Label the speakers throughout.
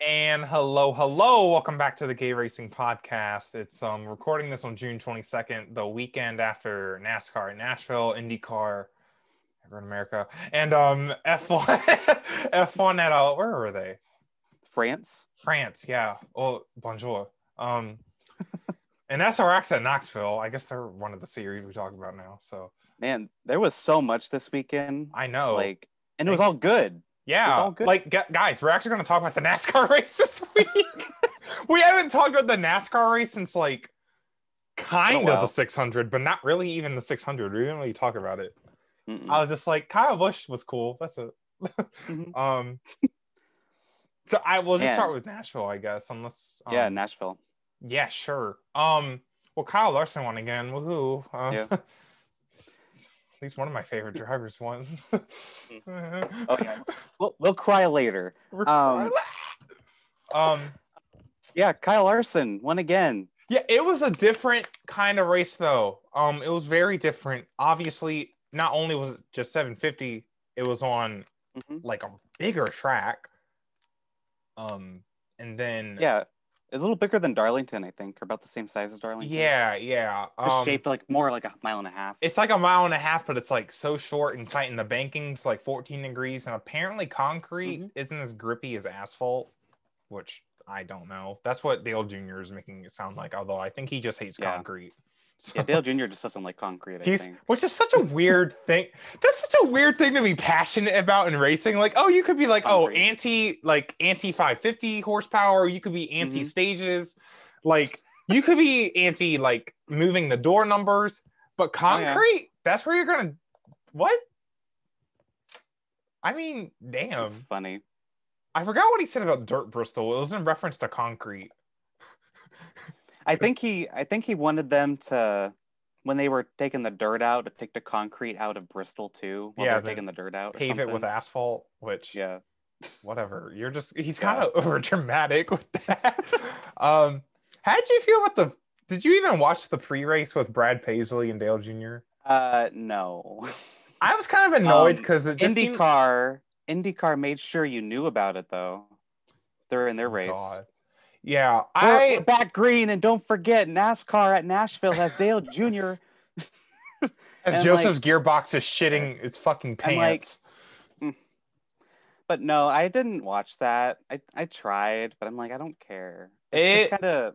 Speaker 1: And hello, hello. Welcome back to the Gay Racing Podcast. It's um recording this on June 22nd, the weekend after NASCAR in Nashville, IndyCar, everywhere in America, and um F1 F1 at uh, where were they?
Speaker 2: France.
Speaker 1: France, yeah. Oh, bonjour. Um and SRX at Knoxville. I guess they're one of the series we talk about now. So
Speaker 2: Man, there was so much this weekend.
Speaker 1: I know.
Speaker 2: Like, and it was all good.
Speaker 1: Yeah,
Speaker 2: It's all good.
Speaker 1: like gu- guys, we're actually going to talk about the NASCAR race this week. we haven't talked about the NASCAR race since like kind of
Speaker 2: while.
Speaker 1: the 600, but not really even the 600. We didn't really talk about it.
Speaker 2: Mm-mm.
Speaker 1: I was just like, Kyle Busch was cool. That's it.
Speaker 2: Mhm.
Speaker 1: Um, so I will just
Speaker 2: Yeah.
Speaker 1: start with Nashville, I guess, unless um,
Speaker 2: yeah, Nashville.
Speaker 1: yeah, sure. Um, well, Kyle Larson won again. Woohoo! Uh,
Speaker 2: Yeah.
Speaker 1: At least one of my favorite drivers won.
Speaker 2: Oh yeah. we'll, we'll cry later. Um,
Speaker 1: um
Speaker 2: Yeah, Kyle Larson won again.
Speaker 1: yeah it was a different kind of race though um it was very different obviously not only was it just 750 it was on
Speaker 2: Mhm.
Speaker 1: like a bigger track um and then
Speaker 2: Yeah, a little bigger than Darlington, I think, or about the same size as Darlington.
Speaker 1: yeah yeah
Speaker 2: It's
Speaker 1: um,
Speaker 2: shaped like more like a mile and a half.
Speaker 1: it's like a mile and a half but it's like so short and tight and the banking's like 14 degrees and apparently concrete
Speaker 2: Mhm.
Speaker 1: isn't as grippy as asphalt which i don't know that's what dale jr is making it sound like although i think he just hates
Speaker 2: Yeah.
Speaker 1: concrete so
Speaker 2: yeah, Dale Jr. just doesn't like concrete. I
Speaker 1: He's
Speaker 2: think.
Speaker 1: which is such a weird thing. That's such a weird thing to be passionate about in racing. Like, oh, you could be like, oh,
Speaker 2: Concrete.
Speaker 1: anti like anti 550 horsepower, you could
Speaker 2: Mm-hmm.
Speaker 1: be anti stages, like you could be anti like moving the door numbers, but
Speaker 2: Oh, yeah.
Speaker 1: concrete, that's where you're gonna what? I mean, damn.
Speaker 2: It's funny.
Speaker 1: I forgot what he said about dirt Bristol. It was in reference to concrete.
Speaker 2: I think he I think he wanted them to when they were taking the dirt out to take the concrete out of Bristol too. While
Speaker 1: Yeah,
Speaker 2: yeah, they were
Speaker 1: then
Speaker 2: taking the dirt out. or
Speaker 1: Pave it with
Speaker 2: something.
Speaker 1: asphalt, which
Speaker 2: Yeah.
Speaker 1: whatever. You're just he's
Speaker 2: Mm. Yeah.
Speaker 1: kind of over dramatic with that. um, how did you feel about the? Did you even watch the pre-race with Brad Paisley and Dale Jr.?
Speaker 2: Uh no.
Speaker 1: I was kind of annoyed
Speaker 2: Um,
Speaker 1: because it just seemed- Oh
Speaker 2: IndyCar IndyCar made sure you knew about it though. They're in their
Speaker 1: Oh,
Speaker 2: race.
Speaker 1: God. Yeah,
Speaker 2: We're-
Speaker 1: I
Speaker 2: we're back green and don't forget NASCAR at Nashville has Dale Jr.
Speaker 1: as
Speaker 2: and,
Speaker 1: Joseph's gearbox is shitting its fucking
Speaker 2: And, like,
Speaker 1: pants.
Speaker 2: But no, I didn't watch that. I, I tried, but I'm like, I don't care.
Speaker 1: it
Speaker 2: it's kind of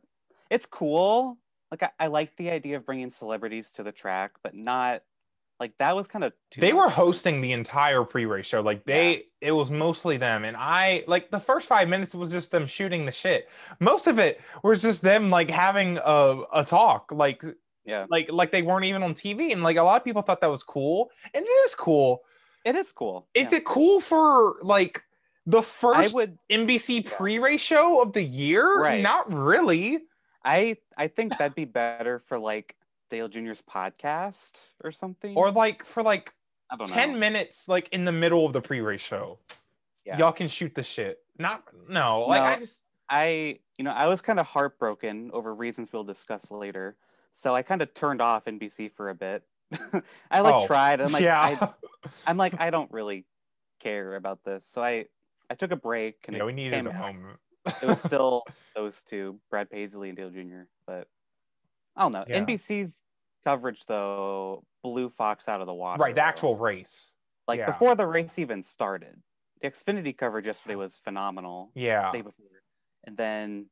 Speaker 2: it's cool like I, I like the idea of bringing celebrities to the track but not like that was kind of
Speaker 1: they were hosting the entire pre-race show like they it was mostly them and i like the first five minutes was just them shooting the shit most of it was just them like having a, a talk like
Speaker 2: Yeah.
Speaker 1: like like they weren't even on tv and like a lot of people thought that was cool and it is cool
Speaker 2: it is cool
Speaker 1: is it cool for like the
Speaker 2: i
Speaker 1: first
Speaker 2: would
Speaker 1: nbc pre-race show of the year
Speaker 2: Right.
Speaker 1: not really
Speaker 2: i i think that'd be better for like dale junior's podcast or something
Speaker 1: or like for like
Speaker 2: i don't
Speaker 1: 10
Speaker 2: know
Speaker 1: minutes like in the middle of the pre-race show
Speaker 2: Yeah.
Speaker 1: y'all can shoot the shit not no like
Speaker 2: No.
Speaker 1: i just
Speaker 2: i you know i was kind of heartbroken over reasons we'll discuss later so i kind of turned off nbc for a bit i like
Speaker 1: Oh,
Speaker 2: tried i'm like
Speaker 1: yeah
Speaker 2: I, i'm like i don't really care about this so i i took a break and
Speaker 1: yeah
Speaker 2: it
Speaker 1: we needed
Speaker 2: came
Speaker 1: a
Speaker 2: back.
Speaker 1: moment
Speaker 2: it was still those two, Brad Paisley and Dale Jr. But I don't know.
Speaker 1: Yeah.
Speaker 2: NBC's coverage though blew Fox out of the water.
Speaker 1: right the
Speaker 2: though.
Speaker 1: actual race
Speaker 2: like
Speaker 1: yeah.
Speaker 2: before the race even started, the Xfinity coverage yesterday was phenomenal.
Speaker 1: yeah
Speaker 2: Day before, and then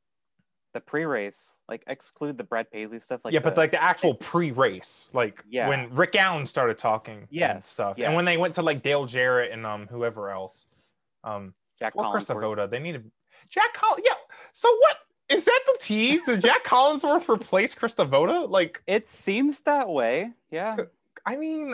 Speaker 2: the pre-race, like exclude the Brad Paisley stuff. Like
Speaker 1: yeah but
Speaker 2: the-
Speaker 1: like the actual pre-race like
Speaker 2: Yeah.
Speaker 1: when rick allen started talking and
Speaker 2: Yes,
Speaker 1: stuff and when
Speaker 2: yes.
Speaker 1: they went to like dale jarrett and um whoever else um
Speaker 2: Jack
Speaker 1: well chris
Speaker 2: Collinsworth.
Speaker 1: Voda, they needed jack collins yeah so what is that the tease? Did Jack Collinsworth replace Chris Voda? Like,
Speaker 2: It seems that way. Yeah.
Speaker 1: I mean,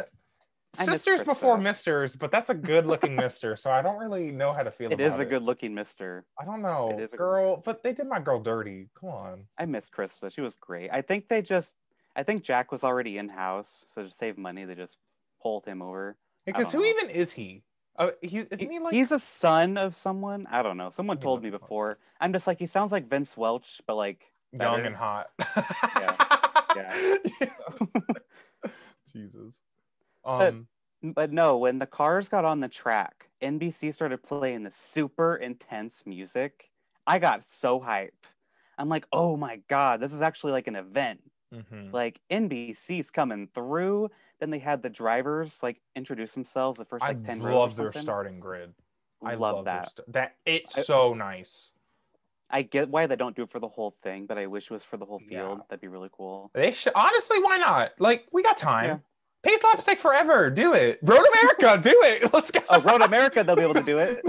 Speaker 2: miss
Speaker 1: sisters
Speaker 2: Chris
Speaker 1: before
Speaker 2: Voda.
Speaker 1: misters, but that's a good-looking mister, so I don't really know how to feel
Speaker 2: It
Speaker 1: about it.
Speaker 2: is a good looking mister.
Speaker 1: I don't know,
Speaker 2: It is a good
Speaker 1: girl, but they did my girl dirty. Come on.
Speaker 2: I miss Krista. She was great. I think they just, I think Jack was already in house, so to save money, they just pulled him over.
Speaker 1: Because
Speaker 2: don't
Speaker 1: who
Speaker 2: know.
Speaker 1: even is he? Uh, he's isn't he like
Speaker 2: he's a son of someone. I don't know. Someone
Speaker 1: Let me
Speaker 2: told
Speaker 1: look
Speaker 2: me
Speaker 1: him up.
Speaker 2: before. I'm just like he sounds like Vince Welch, but like
Speaker 1: young
Speaker 2: better.
Speaker 1: and hot? Jesus. Um.
Speaker 2: But no, when the cars got on the track, NBC started playing the super intense music. I got so hype. I'm like, oh my god, this is actually like an event.
Speaker 1: Mhm.
Speaker 2: Like NBC's coming through. Then they had the drivers like introduce themselves the first like
Speaker 1: I
Speaker 2: ten. rows or
Speaker 1: love their
Speaker 2: something.
Speaker 1: starting grid. I
Speaker 2: love,
Speaker 1: love
Speaker 2: that.
Speaker 1: Their st- that it's
Speaker 2: I-
Speaker 1: so nice.
Speaker 2: I get why they don't do it for the whole thing, but I wish it was for the whole
Speaker 1: Yeah.
Speaker 2: field. That'd be really cool.
Speaker 1: They should honestly, why not? Like we got time. Pace laps take forever. Do it. Road America, do it. Let's go.
Speaker 2: Oh, Road America, they'll be able to do it.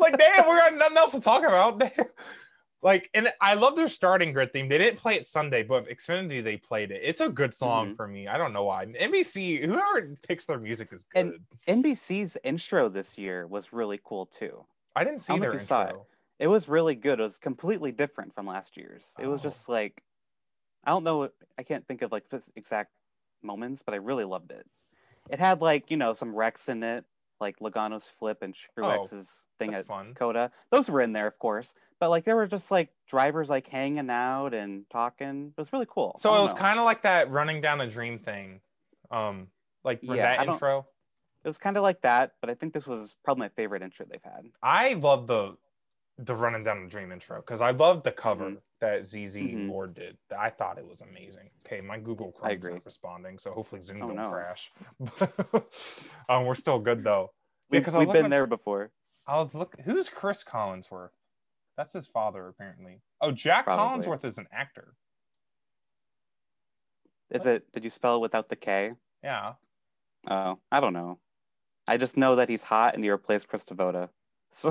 Speaker 1: like damn, we got nothing else to talk about. like, and I love their starting grid theme. They didn't play it Sunday, but Xfinity they played it. It's a good song
Speaker 2: Mhm.
Speaker 1: for me. I don't know why. NBC, whoever picks their music is good.
Speaker 2: And- NBC's intro this year was really cool too.
Speaker 1: I didn't see
Speaker 2: don't know
Speaker 1: their
Speaker 2: if you saw it.
Speaker 1: intro.
Speaker 2: It was really good. It was completely different from last year's. It was
Speaker 1: Oh.
Speaker 2: just like I don't know. I can't think of like this exact moments, but I really loved it. It had like you know some wrecks in it, like Logano's flip and Truex's thing
Speaker 1: Oh, That's
Speaker 2: at
Speaker 1: fun.
Speaker 2: Coda. Those were in there, of course. But like there were just like drivers like hanging out and talking. It was really cool.
Speaker 1: So it was kind of like that running down a dream thing. Um, like for
Speaker 2: Yeah, I
Speaker 1: that
Speaker 2: don't-
Speaker 1: intro.
Speaker 2: it was kind of like that, but I think this was probably my favorite intro they've had.
Speaker 1: I love the the running down the dream intro because I love the cover
Speaker 2: Mm-hmm.
Speaker 1: that ZZ
Speaker 2: Mhm.
Speaker 1: Ward did. I thought it was amazing. Okay, my Google
Speaker 2: I
Speaker 1: Chrome's
Speaker 2: agree.
Speaker 1: not responding, so hopefully Zoom
Speaker 2: Oh,
Speaker 1: don't
Speaker 2: no.
Speaker 1: crash. um, we're still good though. Yeah,
Speaker 2: We've,
Speaker 1: 'cause I was
Speaker 2: we've been
Speaker 1: looking-
Speaker 2: there before.
Speaker 1: I was look. Who's Chris Collinsworth? That's his father, apparently. Oh, Jack
Speaker 2: Probably.
Speaker 1: Collinsworth is an actor.
Speaker 2: Is it? Did you spell it without the K?
Speaker 1: Yeah.
Speaker 2: Oh, I don't know. I just know that he's hot and he replaced Chris Devota. So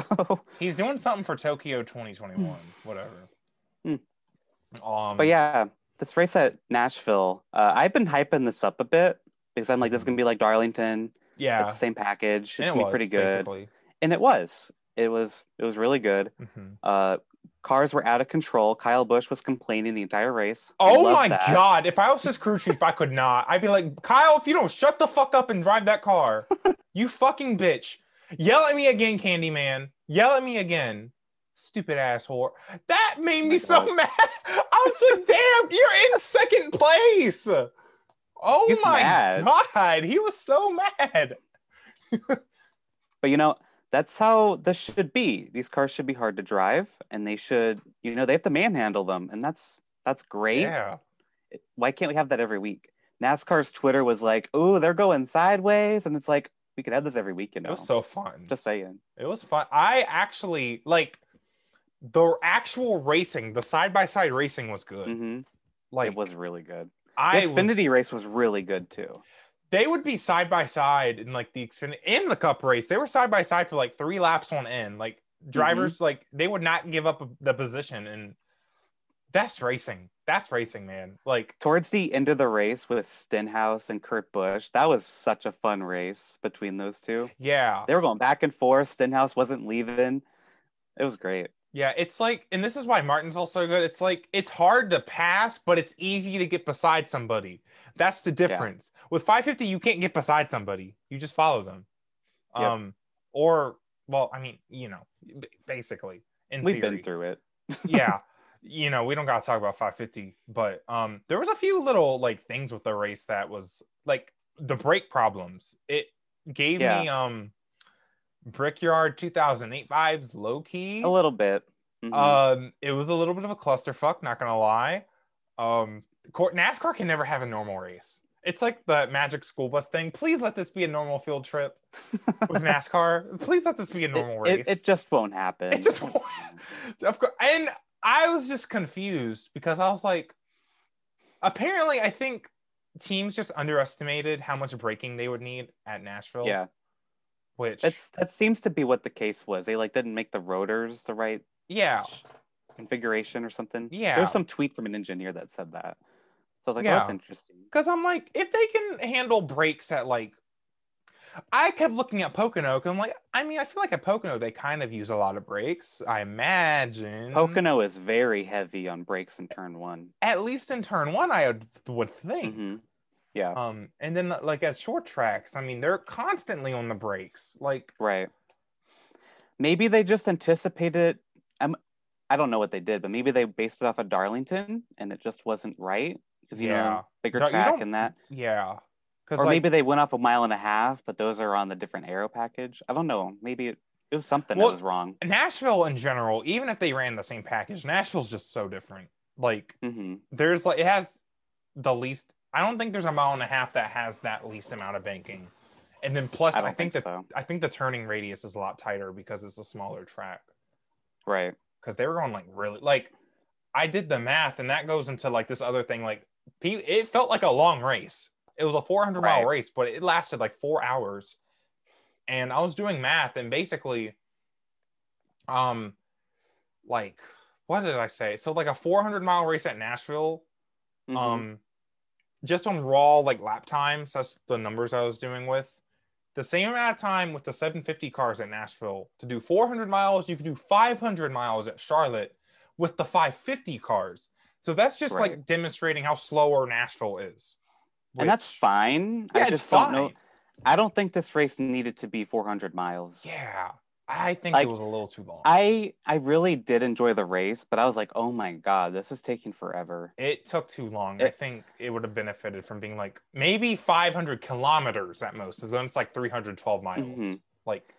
Speaker 1: He's doing something for Tokyo 2021, whatever.
Speaker 2: Hmm.
Speaker 1: Um,
Speaker 2: But yeah, this race at Nashville, uh, I've been hyping this up a bit because I'm like, this is gonna be like Darlington.
Speaker 1: yeah,
Speaker 2: It's the same package. It's
Speaker 1: and it
Speaker 2: gonna be
Speaker 1: was,
Speaker 2: pretty good,
Speaker 1: basically.
Speaker 2: and it was. It was. It was really good.
Speaker 1: Mhm.
Speaker 2: Uh, cars were out of control. Kyle Busch was complaining the entire race. I
Speaker 1: Oh
Speaker 2: love
Speaker 1: my
Speaker 2: that.
Speaker 1: god! If I was his crew chief, I could not. I'd be like, Kyle, if you don't shut the fuck up and drive that car, you fucking bitch! Yell at me again, Candyman! Yell at me again, stupid ass whore! That made
Speaker 2: Oh
Speaker 1: me
Speaker 2: my
Speaker 1: so
Speaker 2: God.
Speaker 1: mad. I was like, damn, you're in second place. Oh
Speaker 2: He's
Speaker 1: my
Speaker 2: mad.
Speaker 1: god, he was so mad.
Speaker 2: But you know, that's how this should be. These cars should be hard to drive, and they should, you know, they have to manhandle them, and that's that's great.
Speaker 1: Yeah.
Speaker 2: why can't we have that every week? NASCAR's Twitter was like, "Oh, they're going sideways," and it's like we could have this every week, you
Speaker 1: It
Speaker 2: know.
Speaker 1: was so fun.
Speaker 2: Just saying.
Speaker 1: It was fun. I actually like the actual racing, the side by side racing was good.
Speaker 2: hmm
Speaker 1: Like
Speaker 2: it was really good. The
Speaker 1: I was-
Speaker 2: Xfinity race was really good too.
Speaker 1: they would be side by side in like the Xfinity in the cup race. They were side by side for like three laps on end. Like drivers,
Speaker 2: Mm-hmm.
Speaker 1: like they would not give up the position and that's racing. That's racing, man. Like
Speaker 2: Towards the end of the race with Stenhouse and Kurt Busch, that was such a fun race between those two.
Speaker 1: yeah.
Speaker 2: They were going back and forth. Stenhouse wasn't leaving. It was great.
Speaker 1: Yeah, it's like, and this is why Martinsville's so good. It's like it's hard to pass, but it's easy to get beside somebody. That's the difference. With 550, you can't get beside somebody. You just follow them.
Speaker 2: Yep.
Speaker 1: Um, or well, I mean, you know, b- basically in
Speaker 2: We've
Speaker 1: theory.
Speaker 2: been through it.
Speaker 1: yeah. You know, we don't gotta talk about 550, but um, there was a few little like things with the race that was like the brake problems. It gave me um, Brickyard 2008 vibes, low key.
Speaker 2: A little bit. Mhm.
Speaker 1: Um, it was a little bit of a clusterfuck, not gonna lie. Um, cor- NASCAR can never have a normal race. It's like the magic school bus thing. Please let this be a normal field trip with NASCAR. Please let this be a
Speaker 2: It-
Speaker 1: normal
Speaker 2: it,
Speaker 1: race.
Speaker 2: it just won't happen.
Speaker 1: It just won't- of course. And I was just confused because I was like, apparently, I think teams just underestimated how much braking they would need at Nashville.
Speaker 2: yeah.
Speaker 1: which
Speaker 2: That's that seems to be what the case was. They like didn't make the rotors the right
Speaker 1: yeah,
Speaker 2: configuration or something.
Speaker 1: yeah.
Speaker 2: There was some tweet from an engineer that said that. So I was like, oh, that's
Speaker 1: Yeah. Mm-hmm.
Speaker 2: interesting.
Speaker 1: Because I'm like, if they can handle breaks at like, I kept looking at Pocono. Cause I'm like, I mean, I feel like at Pocono they kind of use a lot of breaks. I imagine
Speaker 2: Pocono is very heavy on brakes in turn one.
Speaker 1: at least in turn one, I would, would think.
Speaker 2: hmm Yeah.
Speaker 1: Um, and then like at short tracks, I mean, they're constantly on the brakes. Like,
Speaker 2: Right. Maybe they just anticipated. I'm, I don't know what they did, but maybe they based it off of Darlington and it just wasn't right because you
Speaker 1: Yeah.
Speaker 2: know bigger
Speaker 1: Dar- you
Speaker 2: track
Speaker 1: don't-
Speaker 2: and that.
Speaker 1: yeah, because
Speaker 2: Or
Speaker 1: like,
Speaker 2: maybe they went off a mile and a half, but those are on the different arrow package. I don't know. Maybe it, It was something
Speaker 1: Well-
Speaker 2: that was wrong.
Speaker 1: Nashville in general, even if they ran the same package, Nashville's just so different. Like
Speaker 2: hmm
Speaker 1: there's like it has the least. I don't think there's a mile and a half that has that least amount of banking. And then plus,
Speaker 2: I
Speaker 1: I,
Speaker 2: don't
Speaker 1: think,
Speaker 2: think
Speaker 1: the
Speaker 2: so.
Speaker 1: I think the turning radius is a lot tighter because it's a smaller track.
Speaker 2: Right.
Speaker 1: Because they were going like really like I did the math, and that goes into like this other thing. Like pe- it felt like a long race. It was a 400 mile
Speaker 2: Right.
Speaker 1: race, but it lasted like four hours. And I was doing math, and basically, um, like what did I say? So like a 400 mile race at Nashville
Speaker 2: Mhm.
Speaker 1: um just on raw like lap times that's the numbers i was doing with the same amount of time with the 750 cars at nashville to do 400 miles you could do 500 miles at charlotte with the 550 cars so that's just like
Speaker 2: Right.
Speaker 1: demonstrating how slower nashville is
Speaker 2: and that's fine.
Speaker 1: yeah
Speaker 2: I
Speaker 1: it's
Speaker 2: just
Speaker 1: fine
Speaker 2: don't know. I don't think this race needed to be 400 miles.
Speaker 1: yeah i think
Speaker 2: Like,
Speaker 1: it was a little too long
Speaker 2: I I really did enjoy the race, but I was like, oh my god, this is taking forever.
Speaker 1: it took too long i
Speaker 2: It-
Speaker 1: think it would have benefited from being like maybe 500 kilometers at most so then it's like 312 miles
Speaker 2: Mhm.
Speaker 1: like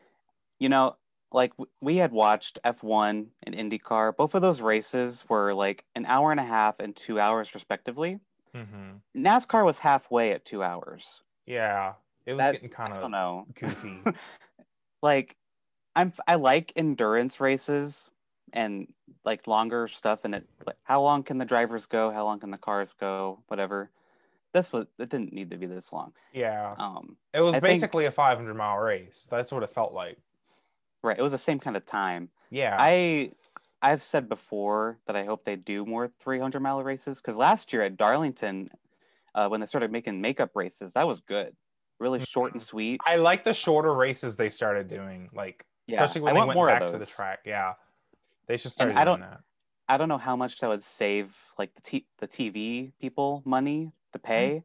Speaker 2: You know, like w- we had watched F1 and IndyCar. Both of those races were like an hour and a half and two hours respectively.
Speaker 1: mhm.
Speaker 2: NASCAR was halfway at two hours.
Speaker 1: Yeah, it was
Speaker 2: That-
Speaker 1: getting kind
Speaker 2: I don't
Speaker 1: of
Speaker 2: know.
Speaker 1: goofy.
Speaker 2: like i'm i like endurance races and like longer stuff and it like how long can the drivers go how long can the cars go whatever this was it didn't need to be this long
Speaker 1: yeah,
Speaker 2: um
Speaker 1: it was
Speaker 2: I think-
Speaker 1: basically a 500 mile race. That's what it felt like.
Speaker 2: right it was the same kind of time
Speaker 1: Yeah,
Speaker 2: i i've said before that i hope they do more 300 mile races because last year at darlington uh, when they started making makeup races that was good really short
Speaker 1: Mm-hmm.
Speaker 2: and sweet
Speaker 1: I like the shorter races they started doing, like
Speaker 2: Yeah,
Speaker 1: especially when
Speaker 2: I
Speaker 1: they
Speaker 2: want
Speaker 1: went
Speaker 2: more of
Speaker 1: back to the
Speaker 2: those.
Speaker 1: track. Yeah, they should start
Speaker 2: And I
Speaker 1: doing that.
Speaker 2: I don't know how much that would save like the t- the TV people money to pay.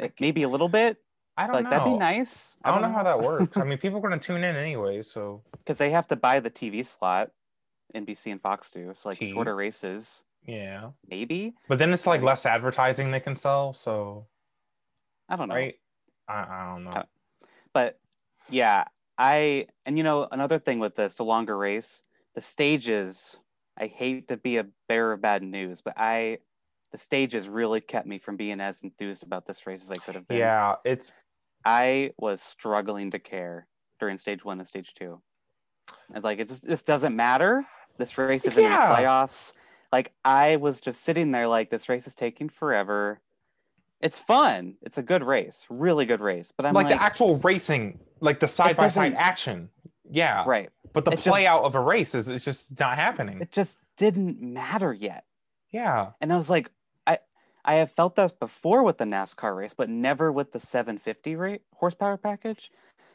Speaker 2: Like, maybe a little bit.
Speaker 1: Mm-hmm. I don't
Speaker 2: Like
Speaker 1: know.
Speaker 2: that'd be nice.
Speaker 1: I don't know how that works. I mean, people are gonna tune in anyway, so
Speaker 2: because they have to buy the TV slot. NBC and Fox do so like the
Speaker 1: T.
Speaker 2: shorter races.
Speaker 1: yeah.
Speaker 2: Maybe
Speaker 1: But then it's like
Speaker 2: Right.
Speaker 1: less advertising they can sell, so
Speaker 2: I don't know.
Speaker 1: right. I, I don't know.
Speaker 2: Uh, But yeah, I and you know another thing with this the longer race the stages. I hate to be a bearer of bad news, but I the stages really kept me from being as enthused about this race as I could have been.
Speaker 1: Yeah, it's
Speaker 2: I was struggling to care during stage one and stage two. And like it just this doesn't matter. This race isn't
Speaker 1: Yeah.
Speaker 2: in the playoffs. Like I was just sitting there like this race is taking forever. It's fun. It's a good race, really good race. But I'm
Speaker 1: like,
Speaker 2: like,
Speaker 1: the actual racing, like the side by side
Speaker 2: doesn't-
Speaker 1: action. Yeah.
Speaker 2: right.
Speaker 1: but the
Speaker 2: It just-
Speaker 1: play out of a race is it's just not happening.
Speaker 2: It just didn't matter yet.
Speaker 1: Yeah,
Speaker 2: And I was like, I I have felt that before with the NASCAR race, but never with the 750 rate horsepower package.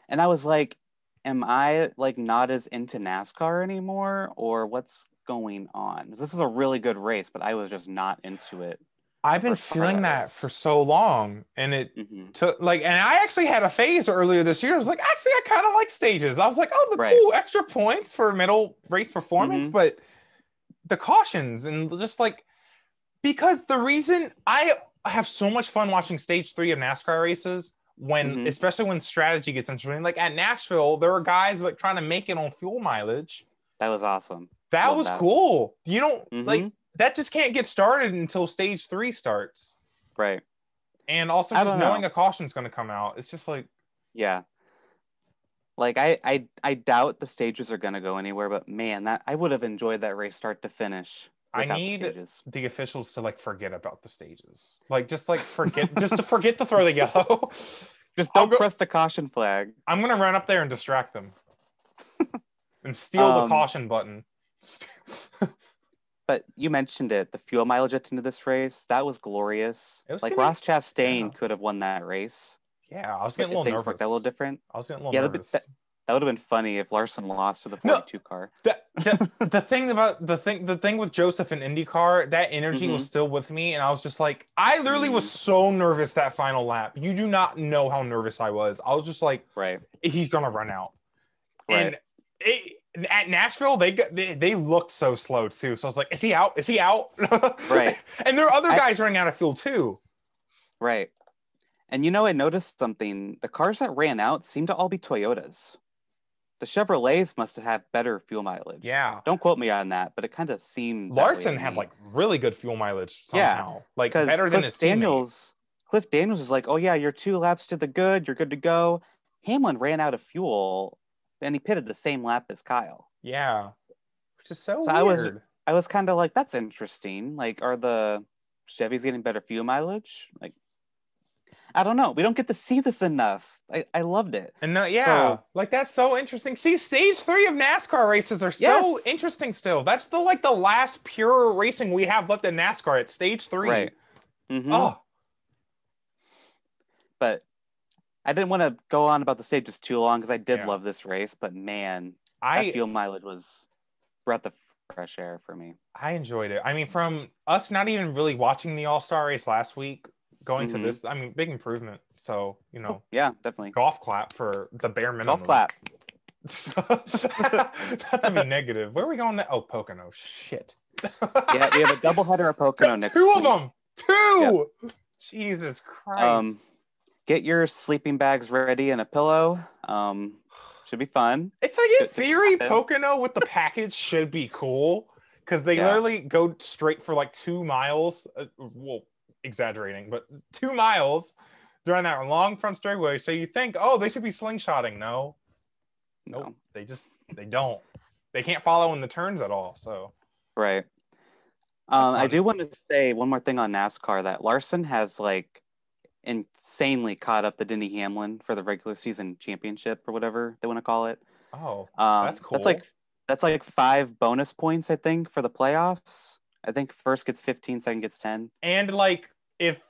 Speaker 2: And I was like, am I like not as into NASCAR anymore or what's going on? 'Cause This is a really good race, but I was just not into it.
Speaker 1: I've been
Speaker 2: First part of
Speaker 1: feeling
Speaker 2: that
Speaker 1: that
Speaker 2: race.
Speaker 1: for so long, and it
Speaker 2: Mhm.
Speaker 1: took like, and I actually had a phase earlier this year. I was like, actually, I kind of like stages. I was like, oh, the
Speaker 2: Right.
Speaker 1: cool extra points for middle race performance,
Speaker 2: Mhm.
Speaker 1: but the cautions and just like because the reason I have so much fun watching stage three of NASCAR races when
Speaker 2: Mhm.
Speaker 1: especially when strategy gets interesting. Like at Nashville, there were guys like trying to make it on fuel mileage.
Speaker 2: That was awesome.
Speaker 1: That
Speaker 2: Love
Speaker 1: was
Speaker 2: that.
Speaker 1: cool. You don't like
Speaker 2: Mhm.
Speaker 1: that just can't get started until stage three starts.
Speaker 2: Right.
Speaker 1: And also
Speaker 2: I
Speaker 1: just
Speaker 2: don't know.
Speaker 1: knowing a caution's gonna come out. It's just like
Speaker 2: Yeah. Like I, I I doubt the stages are gonna go anywhere, but man, that I would have enjoyed that race start to finish.
Speaker 1: I
Speaker 2: without the
Speaker 1: need-
Speaker 2: stages.
Speaker 1: the officials to like forget about the stages. Like just like forget just to forget to throw the yellow.
Speaker 2: just
Speaker 1: I'll
Speaker 2: don't
Speaker 1: go-
Speaker 2: press the caution flag.
Speaker 1: I'm gonna run up there and distract them. and steal the
Speaker 2: Um,
Speaker 1: caution button.
Speaker 2: but you mentioned it the fuel mileage at the end of this race that was glorious
Speaker 1: It was
Speaker 2: like
Speaker 1: gonna-
Speaker 2: ross chastain
Speaker 1: yeah.
Speaker 2: could have won that race
Speaker 1: yeah, I was
Speaker 2: but
Speaker 1: getting a
Speaker 2: if
Speaker 1: little
Speaker 2: things worked
Speaker 1: nervous.
Speaker 2: out a little different
Speaker 1: I was getting a little
Speaker 2: Yeah, that'd be-
Speaker 1: nervous.
Speaker 2: that- that would have been funny if larson lost to the
Speaker 1: No.
Speaker 2: 42 car
Speaker 1: the, the, the thing about the thing the thing with Joseph and IndyCar, that energy
Speaker 2: Mm-hmm.
Speaker 1: was still with me, and I was just like, I literally
Speaker 2: Mm.
Speaker 1: was so nervous that final lap. You do not know how nervous I was. I was just like,
Speaker 2: right
Speaker 1: he's gonna run out.
Speaker 2: right
Speaker 1: And it, at Nashville, they, got- they they looked so slow too. So I was like, is he out? Is he out?
Speaker 2: Right.
Speaker 1: And there are other
Speaker 2: I-
Speaker 1: guys running out of fuel too.
Speaker 2: right and you know i noticed something the cars that ran out seemed to all be toyotas The Chevrolets must have had better fuel mileage.
Speaker 1: Yeah.
Speaker 2: Don't quote me on that, but it kind of seemed that way
Speaker 1: Larson
Speaker 2: to
Speaker 1: had
Speaker 2: me.
Speaker 1: like really good fuel mileage
Speaker 2: Yeah,
Speaker 1: somehow. like
Speaker 2: 'Cause
Speaker 1: better than
Speaker 2: Cliff
Speaker 1: his Daniels.
Speaker 2: Daniels. Cliff Daniels is like, oh yeah, you're two laps to the good, you're good to go. Hamlin ran out of fuel, and he pitted the same lap as Kyle.
Speaker 1: Yeah. Which is so,
Speaker 2: So I was-
Speaker 1: weird.
Speaker 2: I was kind of like, that's interesting. Like, are the Chevys getting better fuel mileage? Like, I don't know. We don't get to see this enough. I, I loved it.
Speaker 1: And no, yeah,
Speaker 2: So-
Speaker 1: like that's so interesting. See, stage three of NASCAR races are so
Speaker 2: Yes.
Speaker 1: interesting still. That's the like the last pure racing we have left in NASCAR at stage three.
Speaker 2: Right. Mhm.
Speaker 1: Oh,
Speaker 2: But I didn't want to go on about the stages too long because I did
Speaker 1: Yeah.
Speaker 2: love this race. But man,
Speaker 1: I
Speaker 2: that fuel mileage was breath of fresh air for me.
Speaker 1: I enjoyed it. I mean, from us not even really watching the All Star race last week, going
Speaker 2: Mhm.
Speaker 1: to this, I mean, big improvement. So you know,
Speaker 2: Yeah, definitely.
Speaker 1: golf clap for the bare minimum.
Speaker 2: Oh. Golf clap.
Speaker 1: Not to be negative. Where are we going? now? Oh, Pocono. Shit.
Speaker 2: Yeah, we have a doubleheader of Pocono next.
Speaker 1: Two of
Speaker 2: week.
Speaker 1: them. Two. Jesus Christ.
Speaker 2: Um, Get your sleeping bags ready and a pillow. Um, should be fun.
Speaker 1: It's like in
Speaker 2: Good to
Speaker 1: theory,
Speaker 2: happen.
Speaker 1: Pocono with the package should be cool because they
Speaker 2: Yeah.
Speaker 1: literally go straight for like two miles. Uh, well, exaggerating, but two miles during that long front straightaway. So you think, oh, they should be slingshotting. No,
Speaker 2: No.
Speaker 1: Nope. they just they don't. They can't follow in the turns at all. So
Speaker 2: Right.
Speaker 1: That's
Speaker 2: Um, I
Speaker 1: fun.
Speaker 2: do want to say one more thing on NASCAR that Larson has like insanely caught up to Denny Hamlin for the regular season championship or whatever they want to call it.
Speaker 1: oh,
Speaker 2: Um,
Speaker 1: That's
Speaker 2: That's like that's like five bonus points I think for the playoffs. I think first gets 15, second gets 10.
Speaker 1: and like if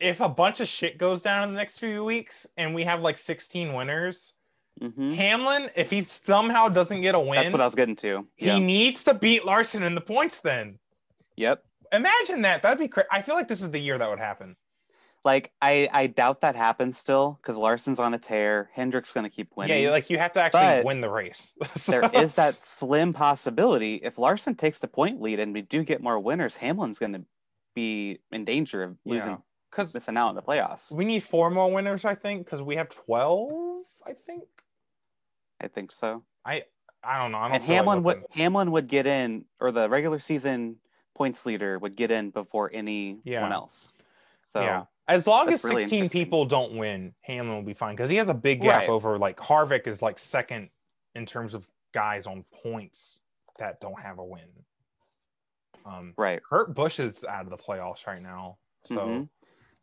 Speaker 1: if a bunch of shit goes down in the next few weeks and we have like 16 winners,
Speaker 2: hmm
Speaker 1: Hamlin, if he somehow doesn't get a win,
Speaker 2: That's what I was getting to.
Speaker 1: He
Speaker 2: Yeah.
Speaker 1: needs to beat Larson in the points then.
Speaker 2: Yep.
Speaker 1: Imagine that. That'd be crazy. I feel like this is the year that would happen.
Speaker 2: Like I, I doubt that happens still because Larson's on a tear. Hendrick's gonna keep winning.
Speaker 1: Yeah, like you have to actually
Speaker 2: But
Speaker 1: win the race. So-
Speaker 2: there is that slim possibility if Larson takes the point lead and we do get more winners, Hamlin's going to be in danger of losing,
Speaker 1: Yeah. Cuz
Speaker 2: missing out in the playoffs.
Speaker 1: we need four more winners, I think, cuz we have 12, I think.
Speaker 2: I think so.
Speaker 1: I don't know. I don't
Speaker 2: And
Speaker 1: feel like
Speaker 2: Hamlin would
Speaker 1: looking.
Speaker 2: Hamlin would get in, or the regular season points leader would get in before anyone
Speaker 1: Yeah.
Speaker 2: else. So
Speaker 1: Yeah. As long as
Speaker 2: That's really
Speaker 1: 16
Speaker 2: interesting.
Speaker 1: people don't win, Hamlin will be fine cuz he has a big gap
Speaker 2: Right.
Speaker 1: over like Harvick is like second in terms of guys on points that don't have a win. Um
Speaker 2: right,
Speaker 1: Kurt Busch is out of the playoffs right now. So
Speaker 2: Mhm.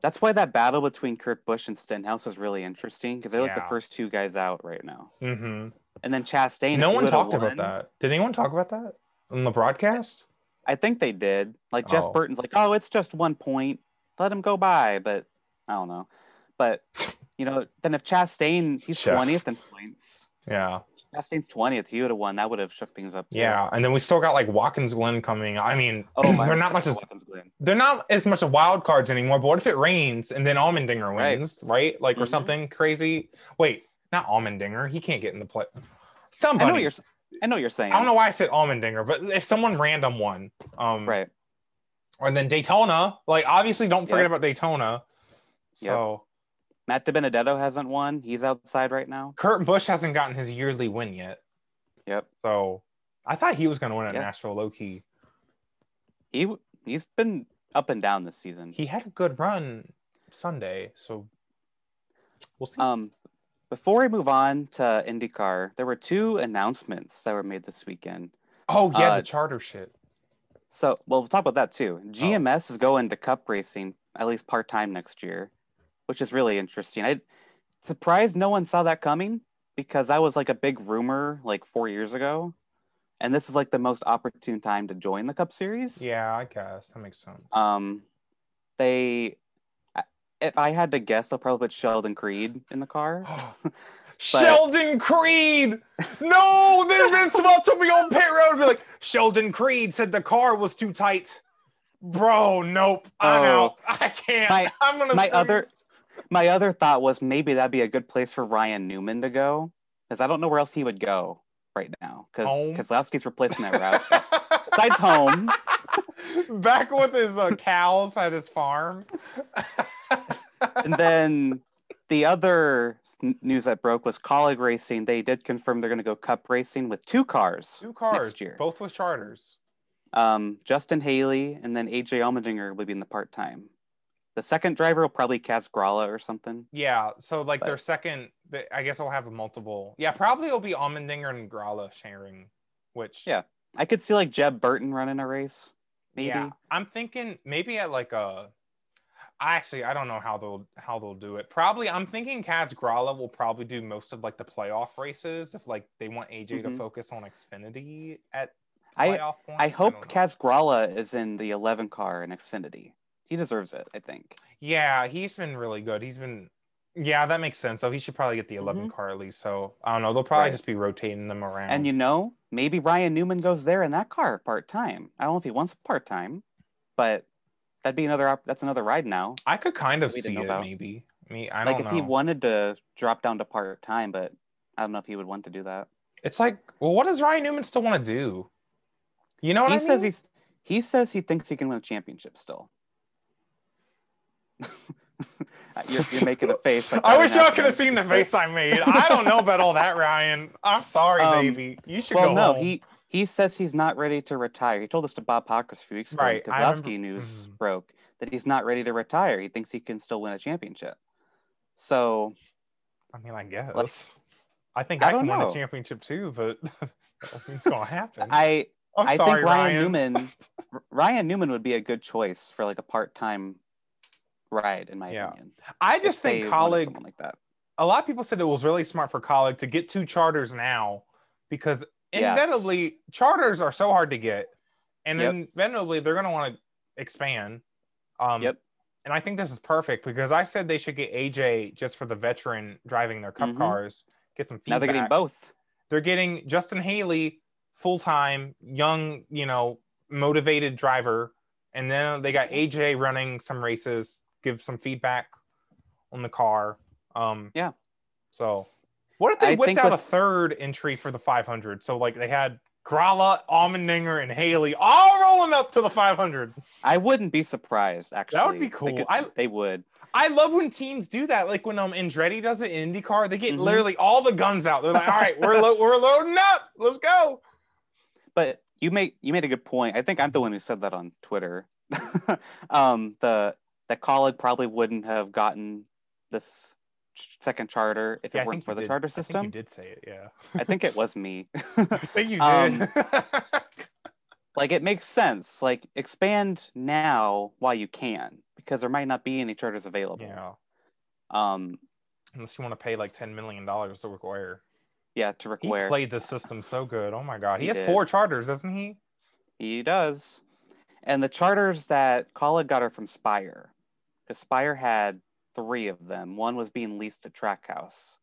Speaker 2: that's why that battle between Kurt Busch and Stenhouse is really interesting because they're like
Speaker 1: Yeah.
Speaker 2: the first two guys out right now,
Speaker 1: Mhm.
Speaker 2: and then Chastain.
Speaker 1: No
Speaker 2: if
Speaker 1: one
Speaker 2: he would've
Speaker 1: talked
Speaker 2: won-
Speaker 1: about that. Did anyone talk about that on the broadcast?
Speaker 2: I think they did. Like Jeff
Speaker 1: Oh.
Speaker 2: Burton's like, oh, it's just one point. Let him go by. But I don't know. But you know, then if Chastain, he's
Speaker 1: Jeff.
Speaker 2: twentieth in points.
Speaker 1: Yeah.
Speaker 2: Chastain's twentieth. He would have won. That would have shook things up. too.
Speaker 1: Yeah. And then we still got like Watkins Glen coming. I mean,
Speaker 2: Oh, my
Speaker 1: they're not
Speaker 2: goodness,
Speaker 1: much as
Speaker 2: Watkins Glen.
Speaker 1: they're not as much of wild cards anymore. But what if it rains and then Almendinger
Speaker 2: Right.
Speaker 1: wins, right? Like or
Speaker 2: Mhm.
Speaker 1: something crazy. Wait, not Almendinger. He can't get in the play.
Speaker 2: I
Speaker 1: Somebody.
Speaker 2: know what you're. I know what you're saying.
Speaker 1: I don't know why I said Almendinger, but if someone random won, um,
Speaker 2: Right.
Speaker 1: And then Daytona. Like obviously, don't forget
Speaker 2: Yep.
Speaker 1: about Daytona.
Speaker 2: Yep.
Speaker 1: So.
Speaker 2: Matt DiBenedetto hasn't won. He's outside right now.
Speaker 1: Kurt Busch hasn't gotten his yearly win yet.
Speaker 2: Yep.
Speaker 1: So I thought he was going to win at
Speaker 2: Yeah.
Speaker 1: Nashville low key.
Speaker 2: He he's been up and down this season.
Speaker 1: He had a good run Sunday. So we'll see.
Speaker 2: Um, before we move on to IndyCar, there were two announcements that were made this weekend.
Speaker 1: oh, yeah,
Speaker 2: uh,
Speaker 1: the charter shit.
Speaker 2: So, well, we'll talk about that too. GMS is going to cup racing at least part time next year, which is really interesting. I surprised no one saw that coming because that was like a big rumor like four years ago, and this is like the most opportune time to join the Cup Series.
Speaker 1: Yeah, I guess that makes sense.
Speaker 2: Um, they, I- if I had to guess, they'll probably put Sheldon Creed in the car.
Speaker 1: Sheldon Creed. No, then Vince Welch will be on pit road and be like, Sheldon Creed said the car was too tight. Bro, nope. I'm
Speaker 2: Oh.
Speaker 1: out. I can't.
Speaker 2: My-
Speaker 1: I'm gonna
Speaker 2: my
Speaker 1: scream.
Speaker 2: other my other thought was maybe that'd be a good place for Ryan Newman to go because I don't know where else he would go right now because
Speaker 1: Home.
Speaker 2: Keselowski's replacing that route besides home.
Speaker 1: back with his uh, cows at his farm.
Speaker 2: And then the other n- news that broke was colleague racing. They did confirm they're going to go cup racing with two cars.
Speaker 1: Two cars,
Speaker 2: Next year.
Speaker 1: both with charters.
Speaker 2: Um, Justin Haley and then AJ Allmendinger will be in the part time. The second driver will probably Kaz Gralla or something.
Speaker 1: Yeah, so like
Speaker 2: But-
Speaker 1: their second, they- I guess I'll have multiple. Yeah, probably it'll be Almendinger and Gralla sharing, which
Speaker 2: Yeah, I could see like Jeb Burton running a race. Maybe.
Speaker 1: I'm thinking maybe at like a. I actually I don't know how they'll how they'll do it. Probably I'm thinking Kaz Gralla will probably do most of like the playoff races if like they want AJ to
Speaker 2: Mhm.
Speaker 1: focus on Xfinity at
Speaker 2: I-
Speaker 1: playoff point.
Speaker 2: I hope
Speaker 1: don't know.
Speaker 2: Kaz Gralla is in the 11 car in Xfinity. He deserves it, I think.
Speaker 1: Yeah, he's been really good. He's been yeah, that makes sense. So he should probably get the 11 car at least. So I don't know. They'll probably
Speaker 2: Mm-hmm. Right.
Speaker 1: just be rotating them around.
Speaker 2: And you know, maybe Ryan Newman goes there in that car part time. I don't know if he wants part time, but that'd be another op- that's another ride now.
Speaker 1: I could kind of
Speaker 2: we
Speaker 1: see
Speaker 2: didn't
Speaker 1: it
Speaker 2: know about.
Speaker 1: maybe. Me, I
Speaker 2: like
Speaker 1: don't
Speaker 2: if
Speaker 1: know.
Speaker 2: he wanted to drop down to part time, but I don't know if he would want to do that.
Speaker 1: it's like, well, what does Ryan Newman still want to do? You know what
Speaker 2: he
Speaker 1: I
Speaker 2: says
Speaker 1: mean?
Speaker 2: he's he says he thinks he can win a championship still. you're, you're making a face. Like
Speaker 1: I
Speaker 2: that
Speaker 1: wish y'all
Speaker 2: happened.
Speaker 1: could have seen the face I made. I don't know about all that, Ryan. I'm sorry,
Speaker 2: Um,
Speaker 1: baby. You should
Speaker 2: Well,
Speaker 1: go
Speaker 2: no,
Speaker 1: home.
Speaker 2: he he says he's not ready to retire. He told us to Bob Hawkers a few weeks ago.
Speaker 1: Right,
Speaker 2: Right.
Speaker 1: I remember-
Speaker 2: Kozlowski news
Speaker 1: Mhm.
Speaker 2: broke that he's not ready to retire. He thinks he can still win a championship. So
Speaker 1: I mean, I guess. I think
Speaker 2: I
Speaker 1: I,
Speaker 2: don't
Speaker 1: can win a
Speaker 2: know.
Speaker 1: championship too, but it's gonna happen.
Speaker 2: I
Speaker 1: I'm
Speaker 2: I
Speaker 1: sorry,
Speaker 2: think Ryan,
Speaker 1: Ryan.
Speaker 2: Newman R- Ryan Newman would be a good choice for like a part time ride in my
Speaker 1: Yeah.
Speaker 2: opinion.
Speaker 1: I
Speaker 2: if
Speaker 1: just
Speaker 2: they
Speaker 1: think
Speaker 2: wanted
Speaker 1: colleague
Speaker 2: someone like that.
Speaker 1: a lot of people said it was really smart for colleague to get two charters now because
Speaker 2: Yes.
Speaker 1: inevitably charters are so hard to get and
Speaker 2: Yep.
Speaker 1: inevitably they're going to want to expand um
Speaker 2: Yep.
Speaker 1: and i think this is perfect because i said they should get aj just for the veteran driving their cup
Speaker 2: Mhm.
Speaker 1: cars get some feedback
Speaker 2: Now they're getting both.
Speaker 1: they're getting Justin Haley full time, young, you know, motivated driver, and then they got AJ running some races, give some feedback on the car. Um,
Speaker 2: Yeah.
Speaker 1: So, what if they
Speaker 2: I
Speaker 1: whipped
Speaker 2: think
Speaker 1: out
Speaker 2: with-
Speaker 1: a third entry for the 500? So like they had Gralla, Almendinger, and Haley all rolling up to the 500.
Speaker 2: I wouldn't be surprised actually.
Speaker 1: That would be
Speaker 2: They
Speaker 1: cool.
Speaker 2: could-
Speaker 1: I-
Speaker 2: they would.
Speaker 1: I love when teams do that. Like when um Andretti does it in IndyCar, they get
Speaker 2: Mhm.
Speaker 1: literally all the guns out. They're like, all right, we're lo- we're loading up. Let's go.
Speaker 2: but you made you made a good point. I think I'm the one who said that on Twitter. um, the that Khalid probably wouldn't have gotten this ch- second charter if
Speaker 1: Yeah,
Speaker 2: it weren't
Speaker 1: you
Speaker 2: for the
Speaker 1: did-
Speaker 2: charter
Speaker 1: I
Speaker 2: system.
Speaker 1: think you did say it, yeah.
Speaker 2: I think it was me.
Speaker 1: I think you did.
Speaker 2: Um, like it makes sense. Like expand now while you can, because there might not be any charters available.
Speaker 1: yeah,
Speaker 2: Um,
Speaker 1: unless you want to pay like ten million dollars to require.
Speaker 2: yeah,
Speaker 1: He
Speaker 2: to require.
Speaker 1: played the system so good. Oh my god, he,
Speaker 2: He
Speaker 1: has
Speaker 2: did.
Speaker 1: four charters, doesn't he?
Speaker 2: He does. And the charters that Kala got are from Spire. 'Cause Spire had three of them. One was being leased to Trackhouse.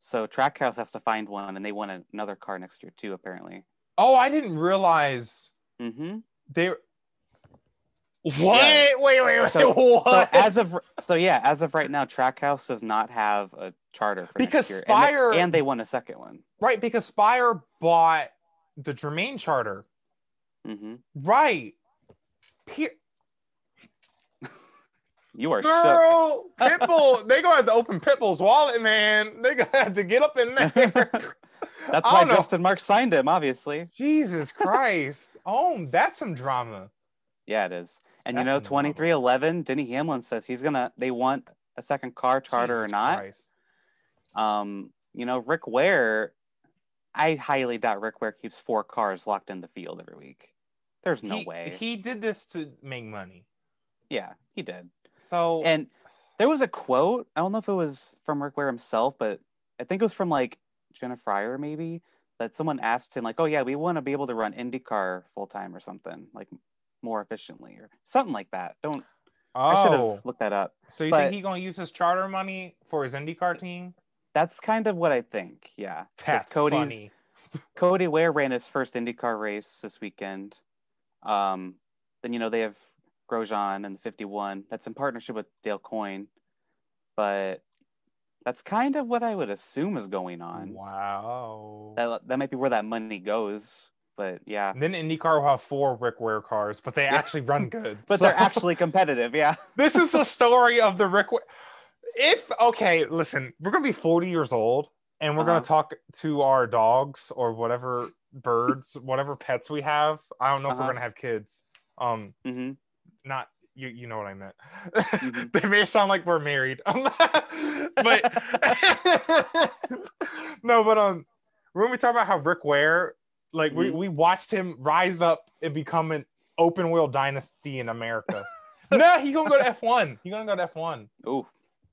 Speaker 2: So Trackhouse has to find one, and they want another car next year too, apparently.
Speaker 1: Oh, I didn't realize
Speaker 2: Mm-hmm.
Speaker 1: they. What? Wait, wait, wait.
Speaker 2: So-
Speaker 1: what?
Speaker 2: So as of so yeah, as of right now, Trackhouse does not have a charter for
Speaker 1: Because
Speaker 2: next year, and they-
Speaker 1: Spire-
Speaker 2: and they, want a second one.
Speaker 1: right, because Spire bought the Germain charter.
Speaker 2: hmm
Speaker 1: Right. Pe-
Speaker 2: You
Speaker 1: Oh,
Speaker 2: are shook.
Speaker 1: Girl, Pitbull, they gonna have to open Pitbull's wallet, man. They gonna have to get up in there.
Speaker 2: That's
Speaker 1: I
Speaker 2: why
Speaker 1: don't know.
Speaker 2: Justin Marks signed him, obviously.
Speaker 1: Jesus Christ. Oh, that's some drama.
Speaker 2: Yeah, it is. And
Speaker 1: That's
Speaker 2: you know,
Speaker 1: phenomenal.
Speaker 2: twenty three eleven, Denny Hamlin says he's gonna. They want a second car charter or
Speaker 1: Jesus
Speaker 2: not.
Speaker 1: Christ.
Speaker 2: Um, you know, Rick Ware. I highly doubt Rick Ware keeps four cars locked in the field every week. There's no
Speaker 1: he,
Speaker 2: way.
Speaker 1: He did this to make money.
Speaker 2: yeah, he did.
Speaker 1: So
Speaker 2: And there was a quote. I don't know if it was from Rick Ware himself, but I think it was from like Jenna Fryer, maybe. That someone asked him, like, "Oh yeah, we want to be able to run IndyCar full time or something, like more efficiently or something like that." Don't I should
Speaker 1: oh,
Speaker 2: have looked that up.
Speaker 1: so you
Speaker 2: but-
Speaker 1: think he gonna use his charter money for his IndyCar team?
Speaker 2: That's kind of what I think. Yeah. 'Cause
Speaker 1: That's
Speaker 2: Cody's,
Speaker 1: funny.
Speaker 2: Cody Ware ran his first IndyCar race this weekend. Um, then, you know, they have Grosjean and the 51. That's in partnership with Dale Coyne. But that's kind of what I would assume is going on.
Speaker 1: Wow.
Speaker 2: That, that might be where that money goes. But yeah.
Speaker 1: And then IndyCar will have four Rick Ware cars, but they
Speaker 2: Yeah.
Speaker 1: actually run good.
Speaker 2: But
Speaker 1: So
Speaker 2: they're actually competitive. Yeah.
Speaker 1: this is the story of the Rick. Ware. if okay, listen, we're gonna be 40 years old and we're gonna
Speaker 2: Uh-huh.
Speaker 1: talk to our dogs or whatever birds, whatever pets we have. I don't know if we're
Speaker 2: Uh-huh.
Speaker 1: gonna have kids. Um,
Speaker 2: hmm
Speaker 1: not you you know what I meant.
Speaker 2: Mhm.
Speaker 1: they may sound like we're married. Um, but no, but um when we talk about how Rick Ware, like we,
Speaker 2: Mhm.
Speaker 1: we watched him rise up and become an open wheel dynasty in America. no, he's gonna go to F1. He's gonna go to F1.
Speaker 2: Ooh,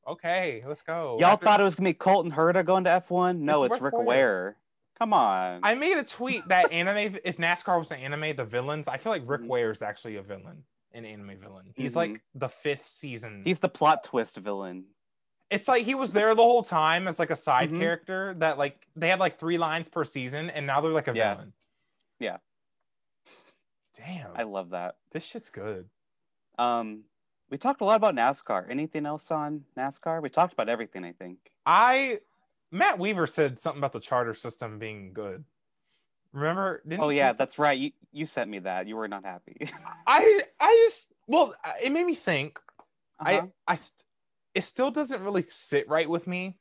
Speaker 1: Okay, let's go.
Speaker 2: y'all
Speaker 1: After-
Speaker 2: thought it was gonna be Colton Herta going to F1? No,
Speaker 1: It's
Speaker 2: it's,
Speaker 1: Rick Ware.
Speaker 2: Rick Ware. Come on.
Speaker 1: I made a tweet that anime, if NASCAR was an anime, the villains, I feel like Rick
Speaker 2: Mhm.
Speaker 1: Ware is actually a villain, an anime villain. He's
Speaker 2: Mhm.
Speaker 1: like the fifth season.
Speaker 2: He's the plot twist villain.
Speaker 1: it's like he was there the whole time as like a side
Speaker 2: Mhm.
Speaker 1: character that like they had like three lines per season and now they're like a
Speaker 2: Yeah.
Speaker 1: villain.
Speaker 2: Yeah.
Speaker 1: Damn.
Speaker 2: I love that.
Speaker 1: this shit's good.
Speaker 2: Um, we talked a lot about NASCAR. Anything else on NASCAR? We talked about everything, I think.
Speaker 1: I Matt Weaver said something about the charter system being good. Remember? Didn't
Speaker 2: Oh
Speaker 1: he
Speaker 2: yeah,
Speaker 1: tweet
Speaker 2: that's right. You you sent me that. You were not happy. Uh-huh,
Speaker 1: I I just well, it made me think. I
Speaker 2: Uh-huh.
Speaker 1: I st- it still doesn't really sit right with me.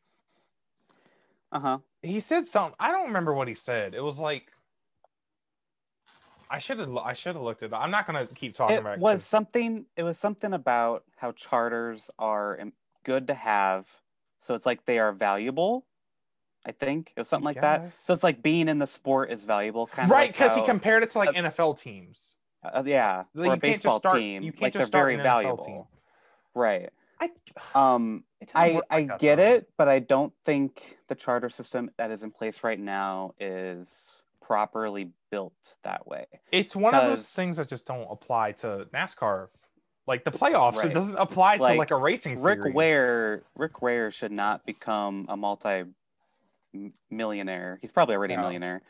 Speaker 2: Uh-huh.
Speaker 1: He said something. I don't remember what he said. It was like I should have I should have looked it up. I'm not gonna keep talking
Speaker 2: It
Speaker 1: about it. 'cause-
Speaker 2: was something it was something about how charters are im- good to have. So it's like they are valuable. I think it was something like that.
Speaker 1: guess.
Speaker 2: So it's like being in the sport is valuable, kind of
Speaker 1: right because he
Speaker 2: can.
Speaker 1: compared it to like
Speaker 2: uh,
Speaker 1: NFL teams.
Speaker 2: yeah,
Speaker 1: Like,
Speaker 2: or
Speaker 1: you
Speaker 2: a
Speaker 1: can't just
Speaker 2: baseball
Speaker 1: start-
Speaker 2: team.
Speaker 1: you can't
Speaker 2: like
Speaker 1: just
Speaker 2: they're
Speaker 1: start
Speaker 2: very
Speaker 1: an NFL
Speaker 2: valuable,
Speaker 1: team.
Speaker 2: right?
Speaker 1: I
Speaker 2: Um,
Speaker 1: it doesn't
Speaker 2: I
Speaker 1: work
Speaker 2: I
Speaker 1: like that,
Speaker 2: get
Speaker 1: though.
Speaker 2: it, but I don't think the charter system that is in place right now is properly built that way.
Speaker 1: It's one of those
Speaker 2: 'Cause-
Speaker 1: things that just don't apply to NASCAR, like the playoffs. It
Speaker 2: Right.
Speaker 1: doesn't apply to
Speaker 2: Like,
Speaker 1: like a racing
Speaker 2: Rick
Speaker 1: series.
Speaker 2: Ware, Rick Ware should not become a multi-millionaire. He's probably already
Speaker 1: No.
Speaker 2: a millionaire,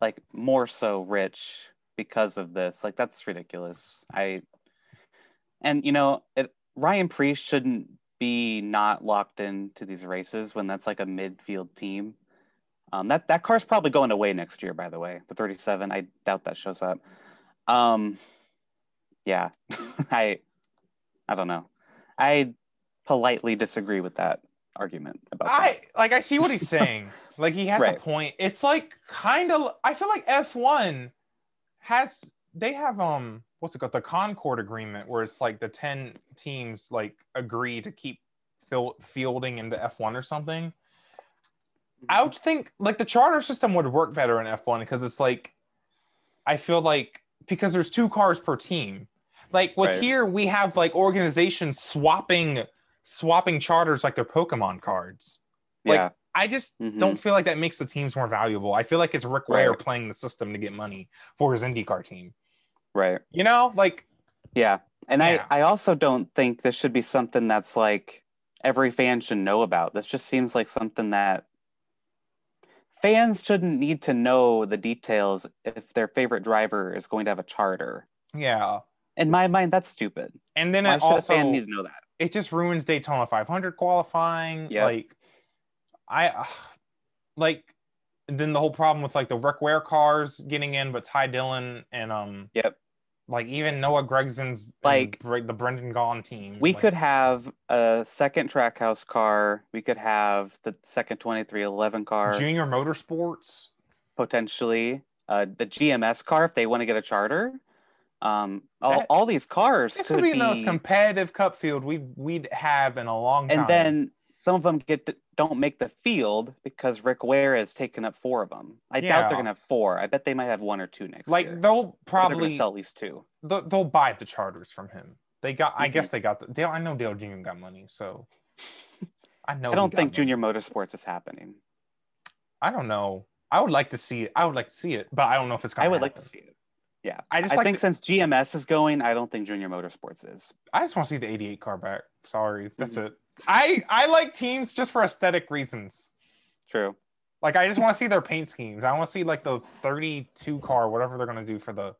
Speaker 2: like more so rich because of this. Like that's ridiculous. I and you know it, Ryan Priest shouldn't be not locked into these races when that's like a midfield team. Um, that that car's probably going away next year. By the way, the 37. I doubt that shows up. Um, yeah, I I don't know. I politely disagree with that argument about that.
Speaker 1: I like I see what he's saying. like he has a
Speaker 2: Right.
Speaker 1: point. It's like kind of I feel like F1 has they have um what's it called the Concord agreement where it's like the 10 teams like agree to keep fil- fielding into F1 or something. I would think like the charter system would work better in F1 because it's like I feel like because there's two cars per team. Like with
Speaker 2: Right.
Speaker 1: here we have like organizations swapping swapping charters like their Pokemon cards. like,
Speaker 2: yeah,
Speaker 1: I just
Speaker 2: Mhm.
Speaker 1: don't feel like that makes the teams more valuable. I feel like it's Rick Ware
Speaker 2: Right.
Speaker 1: playing the system to get money for his IndyCar team.
Speaker 2: right.
Speaker 1: You know, like
Speaker 2: Yeah. And
Speaker 1: Yeah.
Speaker 2: I, I also don't think this should be something that's like every fan should know about. This just seems like something that fans shouldn't need to know the details if their favorite driver is going to have a charter.
Speaker 1: yeah.
Speaker 2: In my mind, that's stupid.
Speaker 1: And then it
Speaker 2: Why should
Speaker 1: also
Speaker 2: a fan need to know that?
Speaker 1: it just ruins Daytona 500 qualifying.
Speaker 2: Yep.
Speaker 1: Like I ugh, like then the whole problem with like the Rick Ware cars getting in, but Ty Dillon and um
Speaker 2: Yep.
Speaker 1: like even Noah Gregson's and
Speaker 2: Like-
Speaker 1: Bre- the Brendan Gaughan team.
Speaker 2: We
Speaker 1: like,
Speaker 2: could have a second Trackhouse car. We could have the second 2311 car.
Speaker 1: Junior Motorsports.
Speaker 2: potentially uh, the GMS car if they want to get a charter. Um, all,
Speaker 1: That-
Speaker 2: all these cars
Speaker 1: This
Speaker 2: could
Speaker 1: would be,
Speaker 2: be,
Speaker 1: the most competitive cup field we we'd have in a long time.
Speaker 2: and then some of them get to, don't make the field because Rick Ware has taken up four of them. I doubt
Speaker 1: Yeah.
Speaker 2: they're gonna have four. I bet they might have one or two next year.
Speaker 1: like
Speaker 2: But
Speaker 1: they'll
Speaker 2: they're gonna
Speaker 1: probably
Speaker 2: sell at least two.
Speaker 1: they'll, they'll buy the charters from him. They got. I
Speaker 2: Mhm.
Speaker 1: guess they got the Dale. I know Dale Jr. got money, so I know.
Speaker 2: I
Speaker 1: he
Speaker 2: don't
Speaker 1: got
Speaker 2: think
Speaker 1: money.
Speaker 2: Junior Motorsports is happening.
Speaker 1: I don't know. I would like to see it. I would like to see it, but I don't know if it's gonna.
Speaker 2: I would like to
Speaker 1: happen.
Speaker 2: see it. Yeah,
Speaker 1: I just
Speaker 2: I
Speaker 1: like.
Speaker 2: think
Speaker 1: to-
Speaker 2: since GMS is going, I don't think Junior Motorsports is.
Speaker 1: I just want to see the '88 car back. Sorry, that's
Speaker 2: Mm-hmm.
Speaker 1: it. I I like teams just for aesthetic reasons.
Speaker 2: True.
Speaker 1: Like I just want to see their paint schemes. I want to see like the 32 car, whatever they're gonna do for the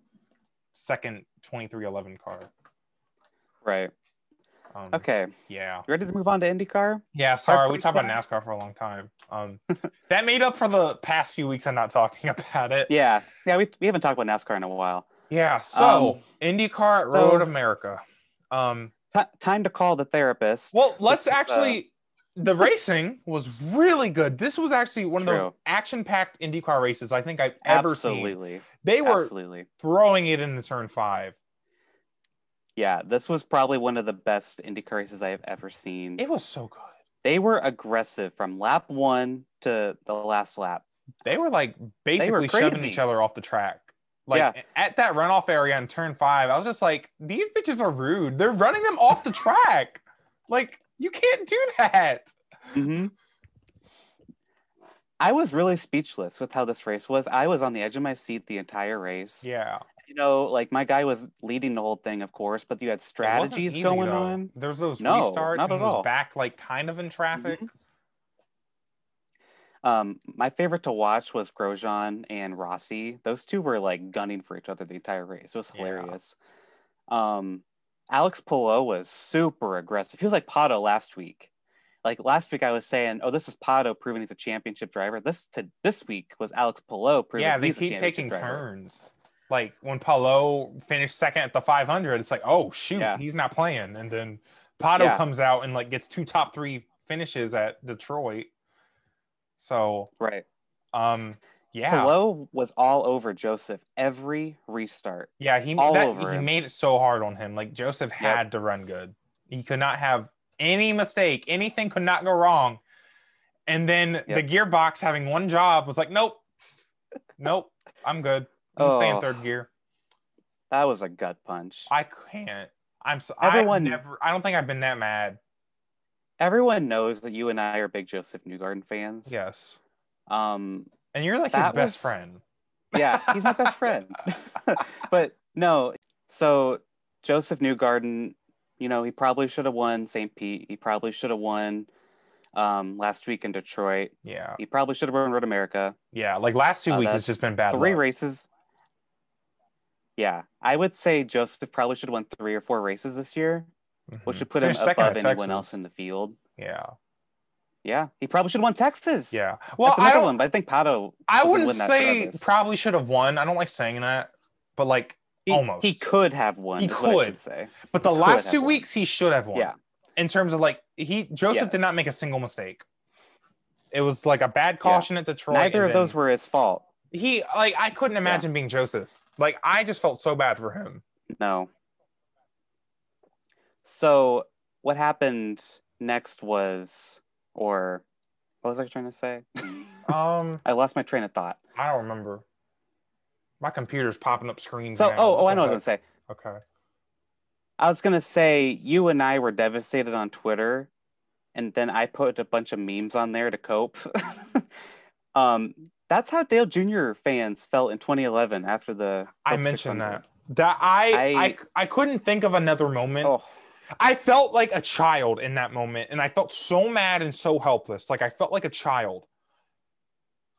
Speaker 1: second 2311 car.
Speaker 2: Right.
Speaker 1: Um,
Speaker 2: Okay. You
Speaker 1: Yeah.
Speaker 2: ready to move on to IndyCar?
Speaker 1: Yeah, sorry, we
Speaker 2: pretty
Speaker 1: talked about NASCAR for a long time. Um, that made up for the past few weeks I'm not talking about it. Yeah,
Speaker 2: Yeah. Yeah. We, we haven't talked about NASCAR in a while.
Speaker 1: so
Speaker 2: Um,
Speaker 1: IndyCar at
Speaker 2: so-
Speaker 1: Road America. Um,
Speaker 2: Ti- time to call the therapist.
Speaker 1: well, let's
Speaker 2: This is, uh,
Speaker 1: actually the racing was really good. This was actually one of those
Speaker 2: True.
Speaker 1: action-packed IndyCar races I think I've ever seen.
Speaker 2: absolutely,
Speaker 1: They were
Speaker 2: absolutely.
Speaker 1: throwing it into turn five.
Speaker 2: Yeah, this was probably one of the best IndyCar races I have ever seen.
Speaker 1: It was so good.
Speaker 2: they were aggressive from lap one to the last lap.
Speaker 1: They were like basically shoving
Speaker 2: crazy.
Speaker 1: each other off the track. Like
Speaker 2: Yeah.
Speaker 1: at that runoff area in turn five, I was just like, these bitches are rude. They're running them off the track. Like, you can't do that.
Speaker 2: hmm I was really speechless with how this race was. I was on the edge of my seat the entire race.
Speaker 1: Yeah.
Speaker 2: You know, like my guy was leading the whole thing, of course, but you had
Speaker 1: It wasn't
Speaker 2: strategies
Speaker 1: easy,
Speaker 2: going
Speaker 1: though.
Speaker 2: on.
Speaker 1: There's those
Speaker 2: No,
Speaker 1: restarts
Speaker 2: not
Speaker 1: and
Speaker 2: at
Speaker 1: was
Speaker 2: all. Mm-hmm.
Speaker 1: back like kind of in traffic.
Speaker 2: Um, my favorite to watch was Grosjean and Rossi. Those two were like gunning for each other the entire race. It was
Speaker 1: Yeah.
Speaker 2: hilarious. Um, Alex Pillow was super aggressive. He was like Pato last week. Like last week, I was saying, "Oh, this is Pato proving he's a championship driver." This to this week was Alex Pillow proving.
Speaker 1: Yeah, they
Speaker 2: he's a
Speaker 1: keep
Speaker 2: championship
Speaker 1: taking
Speaker 2: driver.
Speaker 1: turns. Like when Paulo finished second at the 500, it's like, oh shoot,
Speaker 2: Yeah.
Speaker 1: he's not playing. And then Pato
Speaker 2: Yeah.
Speaker 1: comes out and like gets two top three finishes at Detroit. So,
Speaker 2: Right.
Speaker 1: um, yeah,
Speaker 2: Pillow was all over Joseph every restart.
Speaker 1: yeah, he
Speaker 2: all
Speaker 1: that,
Speaker 2: over
Speaker 1: he
Speaker 2: him.
Speaker 1: made it so hard on him. Like Joseph had to run good. He could not have any mistake. Anything could not go wrong. And then the
Speaker 2: Yep.
Speaker 1: gearbox having one job was like, nope, nope, I'm good. I'm staying
Speaker 2: Oh.
Speaker 1: third gear.
Speaker 2: That was a gut punch.
Speaker 1: I can't. I'm so
Speaker 2: Everyone-
Speaker 1: I've never. I don't think I've been that mad.
Speaker 2: Everyone knows that you and I are big Joseph Newgarden fans.
Speaker 1: Yes,
Speaker 2: Um,
Speaker 1: and you're like his
Speaker 2: That
Speaker 1: best
Speaker 2: was-
Speaker 1: friend.
Speaker 2: yeah, he's my best friend. but no, so Joseph Newgarden, you know, he probably should have won St. Pete. He probably should have won um, last week in Detroit.
Speaker 1: Yeah,
Speaker 2: He probably should have won Road America.
Speaker 1: yeah. Like last two
Speaker 2: Uh,
Speaker 1: weeks, it's
Speaker 2: that's
Speaker 1: just been bad.
Speaker 2: three
Speaker 1: luck.
Speaker 2: races. Yeah, I would say Joseph probably should have won three or four races this year, which
Speaker 1: Mhm.
Speaker 2: would put him
Speaker 1: Finished second
Speaker 2: above
Speaker 1: at
Speaker 2: anyone
Speaker 1: Texas.
Speaker 2: else in the field.
Speaker 1: Yeah,
Speaker 2: Yeah, he probably should have won Texas.
Speaker 1: yeah. Well,
Speaker 2: That's
Speaker 1: I
Speaker 2: another
Speaker 1: don't.
Speaker 2: one, but I think Pato.
Speaker 1: I
Speaker 2: doesn't
Speaker 1: wouldn't
Speaker 2: win that
Speaker 1: say
Speaker 2: regardless.
Speaker 1: probably should have won. I don't like saying that, but like,
Speaker 2: he,
Speaker 1: almost.
Speaker 2: He could have won.
Speaker 1: He
Speaker 2: is what I
Speaker 1: could.
Speaker 2: should say.
Speaker 1: but the
Speaker 2: could
Speaker 1: last
Speaker 2: have
Speaker 1: two
Speaker 2: won.
Speaker 1: weeks he should have won.
Speaker 2: Yeah.
Speaker 1: In terms of like he Joseph did not
Speaker 2: Yes.
Speaker 1: make a single mistake. It was like a bad caution at Detroit.
Speaker 2: Neither
Speaker 1: and
Speaker 2: of those
Speaker 1: then-
Speaker 2: were his fault.
Speaker 1: He like I couldn't imagine being Joseph. Like I just felt so bad for him.
Speaker 2: No. So what happened next was, or what was I trying to say?
Speaker 1: Um,
Speaker 2: I lost my train of thought.
Speaker 1: I don't remember. My computer's popping up screens.
Speaker 2: So
Speaker 1: now.
Speaker 2: oh oh I
Speaker 1: What
Speaker 2: know what I
Speaker 1: the-
Speaker 2: was gonna say.
Speaker 1: Okay.
Speaker 2: I was gonna say you and I were devastated on Twitter, and then I put a bunch of memes on there to cope. um, that's how Dale Jr. fans felt in 2011 after the.
Speaker 1: I
Speaker 2: Hope
Speaker 1: mentioned
Speaker 2: 600.
Speaker 1: that. That I, I
Speaker 2: I-
Speaker 1: I couldn't think of another moment.
Speaker 2: Oh,
Speaker 1: I felt like a child in that moment, and I felt so mad and so helpless. Like I felt like a child,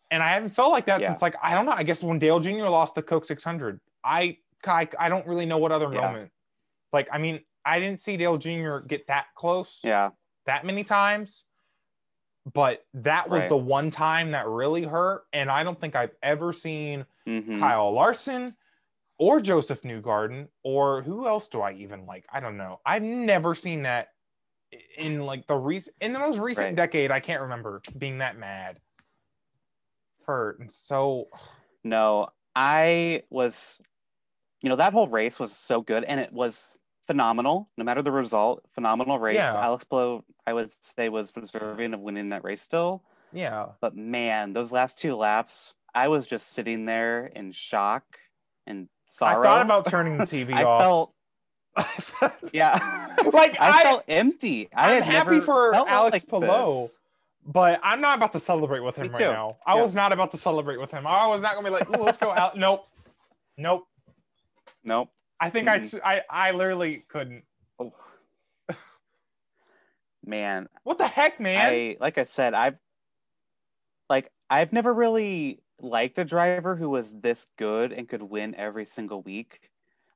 Speaker 1: and I haven't felt like that
Speaker 2: Yeah.
Speaker 1: since like I don't know. I guess when Dale Jr. lost the Coke 600, I I, I don't really know what other
Speaker 2: Yeah.
Speaker 1: moment. Like I mean, I didn't see Dale Jr. get that close.
Speaker 2: yeah,
Speaker 1: that many times, but that was
Speaker 2: Right.
Speaker 1: the one time that really hurt. And I don't think I've ever seen
Speaker 2: mhm.
Speaker 1: Kyle Larson or Joseph Newgarden or who else do I even like? I don't know. I've never seen that in like the recent in the most recent
Speaker 2: Right.
Speaker 1: decade. I can't remember being that mad. Hurt and so
Speaker 2: No, I was, you know, that whole race was so good and it was phenomenal, no matter the result, phenomenal race.
Speaker 1: Yeah.
Speaker 2: Alex Blow, I would say, was deserving of winning that race still.
Speaker 1: yeah.
Speaker 2: But man, those last two laps, I was just sitting there in shock and sorrow.
Speaker 1: I thought about turning the TV
Speaker 2: I
Speaker 1: off.
Speaker 2: felt, yeah.
Speaker 1: like
Speaker 2: I,
Speaker 1: I,
Speaker 2: felt empty. I
Speaker 1: I'm
Speaker 2: had
Speaker 1: happy
Speaker 2: never
Speaker 1: for
Speaker 2: felt
Speaker 1: Alex
Speaker 2: like
Speaker 1: Palou.
Speaker 2: this.
Speaker 1: but I'm not about to celebrate with him
Speaker 2: Me
Speaker 1: right
Speaker 2: too.
Speaker 1: now. I
Speaker 2: Yeah.
Speaker 1: was not about to celebrate with him. I was not gonna be like, "Ooh, let's go out. Nope, nope.
Speaker 2: Nope.
Speaker 1: I think I
Speaker 2: Mm.
Speaker 1: t- I, I, literally couldn't.
Speaker 2: Oh. Man,
Speaker 1: What the heck, man?
Speaker 2: I like I said, I've like I've never really liked a driver who was this good and could win every single week.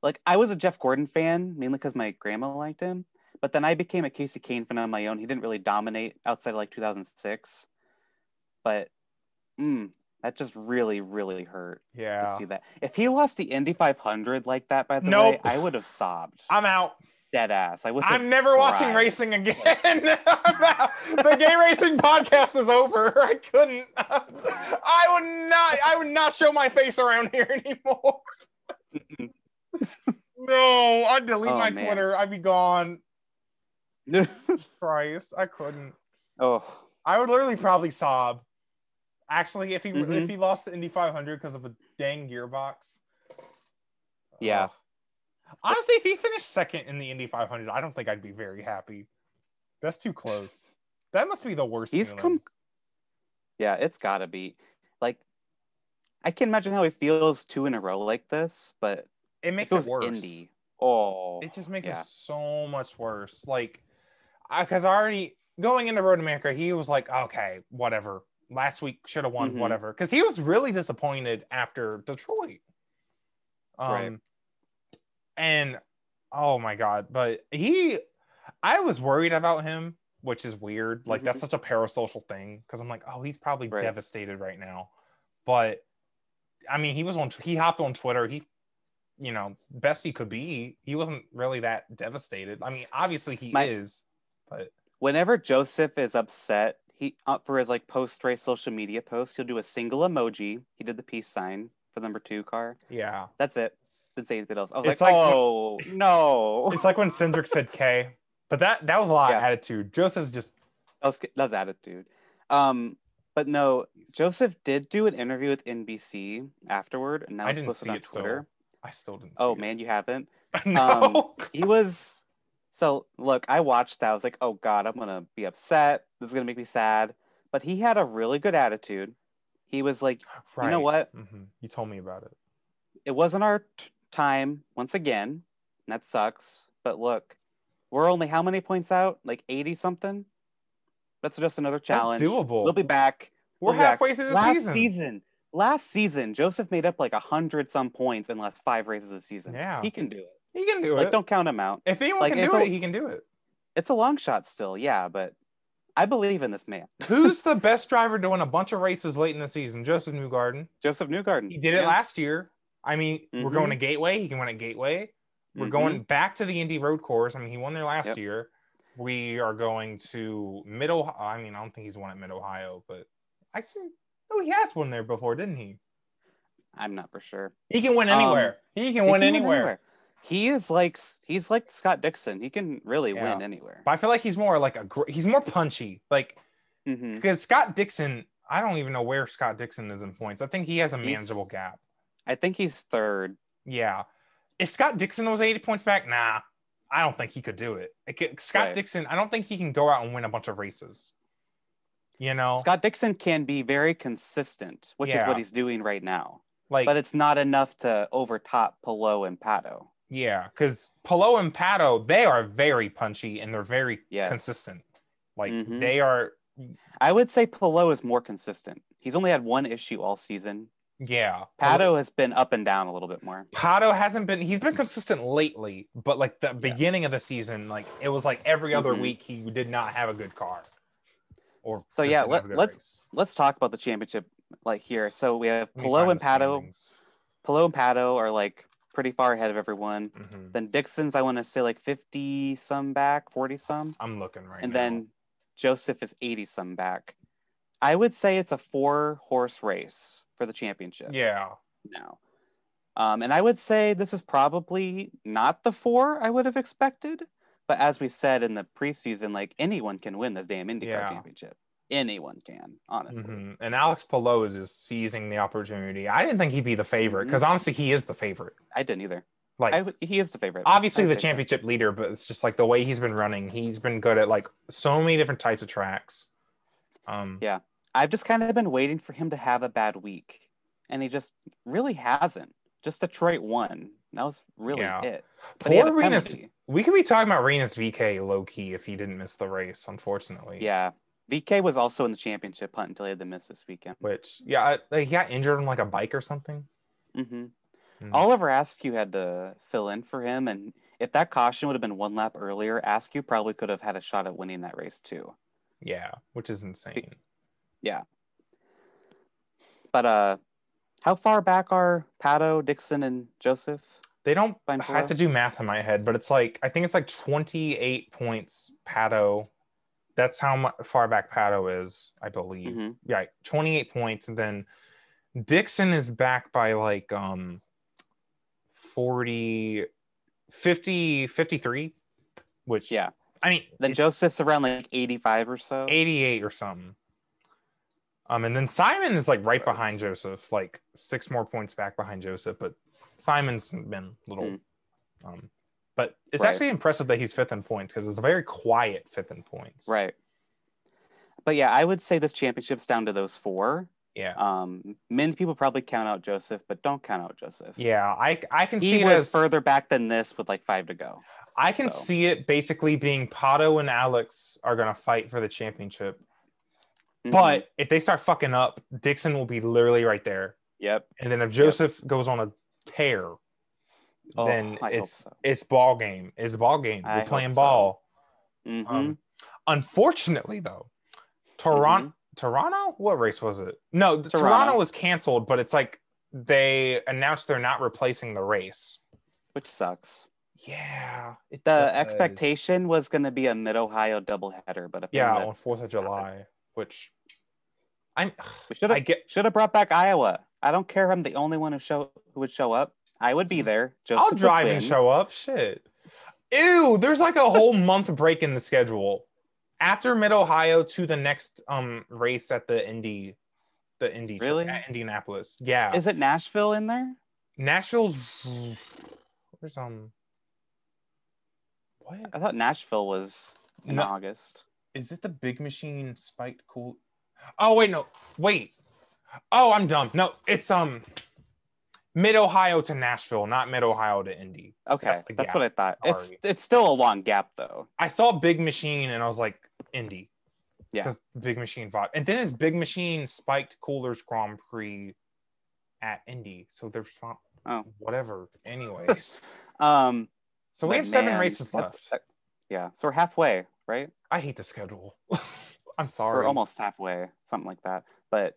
Speaker 2: Like I was a Jeff Gordon fan mainly because my grandma liked him, but then I became a Casey Kane fan on my own. He didn't really dominate outside of like 2006, but mm, that just really really hurt to
Speaker 1: yeah,
Speaker 2: see that. If he lost the Indy 500 like that, by the
Speaker 1: Nope.
Speaker 2: way, I would have sobbed.
Speaker 1: I'm out.
Speaker 2: dead ass. I would.
Speaker 1: I'm never watching
Speaker 2: cried.
Speaker 1: racing again. I'm out. the gay racing podcast is over. I couldn't. I would not. I would not show my face around here anymore.
Speaker 2: Mm-mm.
Speaker 1: no, I'd delete
Speaker 2: Oh,
Speaker 1: my
Speaker 2: man.
Speaker 1: Twitter. I'd be gone. Christ, I couldn't.
Speaker 2: oh,
Speaker 1: I would literally probably sob. Actually, if he
Speaker 2: Mhm.
Speaker 1: if he lost the Indy 500 because of a dang gearbox.
Speaker 2: Yeah.
Speaker 1: Ugh. honestly, if he finished second in the Indy 500, I don't think I'd be very happy. That's too close. That must be the worst.
Speaker 2: he's
Speaker 1: feeling.
Speaker 2: come. Yeah, it's gotta be. Like, I can imagine how he feels two in a row like this, but
Speaker 1: It
Speaker 2: it
Speaker 1: makes it
Speaker 2: feels
Speaker 1: worse.
Speaker 2: indie. Oh,
Speaker 1: It just makes
Speaker 2: yeah.
Speaker 1: it so much worse. Like, because I, already going into Road America, he was like, okay, whatever. Last week should have won,
Speaker 2: Mhm.
Speaker 1: whatever. Because he was really disappointed after Detroit. Um,
Speaker 2: Right.
Speaker 1: And oh my god, but he, I was worried about him, which is weird. Like
Speaker 2: Mm-hmm.
Speaker 1: that's such a parasocial thing. Because I'm like, oh, he's probably
Speaker 2: Right.
Speaker 1: devastated right now. But I mean, he was on. He hopped on Twitter. He you know, best he could be. He wasn't really that devastated. I mean, obviously he
Speaker 2: My-
Speaker 1: is, but
Speaker 2: whenever Joseph is upset, he up for his like post race social media post, he'll do a single emoji. He did the peace sign for number two car.
Speaker 1: yeah.
Speaker 2: That's it. Didn't say anything else. I was
Speaker 1: It's
Speaker 2: like,
Speaker 1: like-
Speaker 2: oh no,
Speaker 1: It's like when Cindric said K, but that that was a lot of
Speaker 2: Yeah.
Speaker 1: attitude. Joseph's just
Speaker 2: that was, that was attitude. Um, but no, Joseph did do an interview with NBC afterward, and that
Speaker 1: I
Speaker 2: was
Speaker 1: didn't
Speaker 2: posted
Speaker 1: see
Speaker 2: on
Speaker 1: it still.
Speaker 2: Twitter.
Speaker 1: I still didn't see
Speaker 2: Oh
Speaker 1: it.
Speaker 2: man, Um, you haven't.
Speaker 1: no.
Speaker 2: He was so look. I watched that. I was like, oh god, I'm gonna be upset. This is gonna make me sad. But he had a really good attitude. He was like, you know what?
Speaker 1: hmm You told me about it.
Speaker 2: it wasn't our t- time once again. And that sucks. But look, we're only how many points out? Like 80 something? That's just another challenge.
Speaker 1: That's doable.
Speaker 2: We'll be back.
Speaker 1: We're
Speaker 2: we'll be back.
Speaker 1: halfway through the
Speaker 2: last
Speaker 1: season.
Speaker 2: season. last season, Joseph made up like a 100 some points in last five races this season.
Speaker 1: Yeah.
Speaker 2: He can do it.
Speaker 1: He can do
Speaker 2: Like,
Speaker 1: it.
Speaker 2: don't count him out.
Speaker 1: if anyone
Speaker 2: like,
Speaker 1: can
Speaker 2: it's
Speaker 1: do
Speaker 2: a-
Speaker 1: it, he can do it.
Speaker 2: It's a long shot still, yeah, but I believe in this man.
Speaker 1: Who's the best driver doing a bunch of races late in the season? Joseph Newgarden.
Speaker 2: Joseph Newgarden.
Speaker 1: He did it
Speaker 2: Yeah.
Speaker 1: last year. I mean, we're
Speaker 2: Mhm.
Speaker 1: going to Gateway. He can win at Gateway. We're
Speaker 2: Mhm.
Speaker 1: going back to the Indy Road Course. I mean, he won there last
Speaker 2: Yep.
Speaker 1: year. We are going to Mid Ohio. I mean, I don't think he's won at Mid Ohio, but actually, no, he has won there before, didn't he?
Speaker 2: I'm not for sure.
Speaker 1: He can win
Speaker 2: Um,
Speaker 1: anywhere. he can
Speaker 2: He
Speaker 1: win
Speaker 2: can
Speaker 1: anywhere.
Speaker 2: He is like he's like Scott Dixon. He can really
Speaker 1: Yeah.
Speaker 2: win anywhere.
Speaker 1: But I feel like he's more like a gr- he's more punchy. Like
Speaker 2: Mm-hmm.
Speaker 1: because Scott Dixon, I don't even know where Scott Dixon is in points. I think he has a
Speaker 2: He's-
Speaker 1: manageable gap.
Speaker 2: I think he's third.
Speaker 1: Yeah. If Scott Dixon was 80 points back, nah, I don't think he could do it. Like, it- Scott
Speaker 2: Right.
Speaker 1: Dixon, I don't think he can go out and win a bunch of races. You know,
Speaker 2: Scott Dixon can be very consistent, which is
Speaker 1: Oh. Yeah.
Speaker 2: what he's doing right now.
Speaker 1: like,
Speaker 2: But it's not enough to overtop Pelot and Pato.
Speaker 1: yeah, because Palo and Pato, they are very punchy and they're very
Speaker 2: Yes.
Speaker 1: consistent. Like,
Speaker 2: Mhm.
Speaker 1: they are,
Speaker 2: I would say Pelot is more consistent. He's only had one issue all season.
Speaker 1: yeah.
Speaker 2: Pato has been up and down a little bit more.
Speaker 1: Pato hasn't been he's been consistent lately, but like the
Speaker 2: Yeah.
Speaker 1: beginning of the season, like it was like every other
Speaker 2: Mhm.
Speaker 1: week he did not have a good car. Or
Speaker 2: So,
Speaker 1: just
Speaker 2: yeah,
Speaker 1: didn't
Speaker 2: let-
Speaker 1: have a good
Speaker 2: let's-
Speaker 1: race.
Speaker 2: Let's talk about the championship like here. So we have
Speaker 1: Let me
Speaker 2: Pelot
Speaker 1: find
Speaker 2: and
Speaker 1: the
Speaker 2: Pato.
Speaker 1: standings.
Speaker 2: Pelot and Pato are like pretty far ahead of everyone.
Speaker 1: Mhm.
Speaker 2: Then Dixon's, I want to say like 50 some back, 40 some.
Speaker 1: I'm looking right
Speaker 2: and
Speaker 1: now.
Speaker 2: then Joseph is 80 some back. I would say it's a four horse race for the championship
Speaker 1: Yeah.
Speaker 2: now. Um, and I would say this is probably not the four I would have expected. But as we said in the preseason, like anyone can win this damn IndyCar
Speaker 1: Yeah.
Speaker 2: championship. Anyone can, honestly.
Speaker 1: Mhm. And Alex Palou is just seizing the opportunity. I didn't think he'd be the favorite because honestly, he is the favorite.
Speaker 2: I didn't either.
Speaker 1: Like,
Speaker 2: Mm-hmm. I w- he is the favorite.
Speaker 1: obviously,
Speaker 2: I'd
Speaker 1: the
Speaker 2: say so.
Speaker 1: championship leader, but it's just like the way he's been running. He's been good at like so many different types of tracks. Um,
Speaker 2: Yeah. I've just kind of been waiting for him to have a bad week, and he just really hasn't. Just Detroit won. That was really
Speaker 1: Yeah.
Speaker 2: it. But he had
Speaker 1: poor
Speaker 2: a
Speaker 1: Renus.
Speaker 2: penalty.
Speaker 1: We could be talking about Renus VK low key if he didn't miss the race, unfortunately.
Speaker 2: Yeah. VK was also in the championship hunt until he had to miss this weekend.
Speaker 1: Which, yeah, I, like, he got injured on like a bike or something.
Speaker 2: hmm
Speaker 1: Mm.
Speaker 2: Oliver Askew had to fill in for him. And if that caution would have been one lap earlier, Askew probably could have had a shot at winning that race too.
Speaker 1: Yeah, which is insane.
Speaker 2: But uh, how far back are Pato, Dixon, and Joseph?
Speaker 1: They don't.
Speaker 2: Fine,
Speaker 1: I had
Speaker 2: Pato.
Speaker 1: to do math in my head, but it's like I think it's like 28 points Pato. That's how mu- far back Pato is, I believe.
Speaker 2: Mhm.
Speaker 1: Yeah, 28 points, and then Dixon is back by like um 40, 50, 53, which
Speaker 2: Yeah.
Speaker 1: I mean
Speaker 2: Then
Speaker 1: it's
Speaker 2: Joseph's around like 85 or so.
Speaker 1: 88 or something. Um, and then Simon is like right behind Joseph, like six more points back behind Joseph, but Simon's been little.
Speaker 2: Mm.
Speaker 1: Um, but it's
Speaker 2: Right.
Speaker 1: actually impressive that he's fifth in points because it's a very quiet fifth in points.
Speaker 2: Right. But yeah, I would say this championship's down to those four.
Speaker 1: Yeah.
Speaker 2: Um, many people probably count out Joseph, but don't count out Joseph.
Speaker 1: Yeah. I I can see
Speaker 2: He
Speaker 1: it
Speaker 2: was
Speaker 1: as-
Speaker 2: further back than this with like five to go.
Speaker 1: I can
Speaker 2: so.
Speaker 1: see it basically being Pato and Alex are gonna fight for the championship.
Speaker 2: Mhm.
Speaker 1: But if they start fucking up, Dixon will be literally right there.
Speaker 2: yep,
Speaker 1: And then if Joseph goes on a tear,
Speaker 2: Oh,
Speaker 1: then
Speaker 2: I hope
Speaker 1: it's
Speaker 2: so.
Speaker 1: it's ball game. It's ball game.
Speaker 2: I
Speaker 1: We're
Speaker 2: hope
Speaker 1: playing
Speaker 2: so.
Speaker 1: ball.
Speaker 2: Mhm.
Speaker 1: Um, unfortunately, though, Toronto, Toronto, what race was it? No, the- Toronto.
Speaker 2: Mm-hmm. Toronto.
Speaker 1: was canceled, but it's like they announced they're not replacing the race.
Speaker 2: which sucks.
Speaker 1: Yeah, it
Speaker 2: The
Speaker 1: does.
Speaker 2: expectation was going to be a Mid Ohio doubleheader, but
Speaker 1: Yeah, on
Speaker 2: apparently
Speaker 1: Fourth of July, which I'm.
Speaker 2: we should
Speaker 1: I
Speaker 2: have
Speaker 1: get.
Speaker 2: should have brought back Iowa. I don't care. if I'm the only one who show who would show up. I would be there. Joseph
Speaker 1: Mm-hmm. I'll
Speaker 2: would
Speaker 1: drive and
Speaker 2: win.
Speaker 1: show up. Shit. Ew. There's like a whole month break in the schedule after Mid Ohio to the next um race at the Indy, the Indy tri-
Speaker 2: Really?
Speaker 1: at Indianapolis. Yeah.
Speaker 2: Is it Nashville in there?
Speaker 1: Nashville's where's um what
Speaker 2: I thought Nashville was in
Speaker 1: No.
Speaker 2: August.
Speaker 1: is it the big machine spiked cool oh wait no wait oh I'm dumb no it's um mid Ohio to Nashville not mid Ohio to Indy
Speaker 2: Okay,
Speaker 1: That's
Speaker 2: that's,
Speaker 1: the gap.
Speaker 2: what I thought. It's
Speaker 1: Sorry.
Speaker 2: it's still a long gap though.
Speaker 1: I saw Big Machine and I was like Indy
Speaker 2: Yeah.
Speaker 1: because Big Machine fought and then it's Big Machine spiked coolers Grand Prix at Indy so they're fine.
Speaker 2: Oh.
Speaker 1: whatever anyways
Speaker 2: Um,
Speaker 1: so we
Speaker 2: but
Speaker 1: have seven
Speaker 2: man,
Speaker 1: races
Speaker 2: that's-
Speaker 1: left
Speaker 2: that- yeah, so we're halfway, right?
Speaker 1: I hate the schedule. I'm
Speaker 2: Or
Speaker 1: sorry.
Speaker 2: almost halfway, something like that. But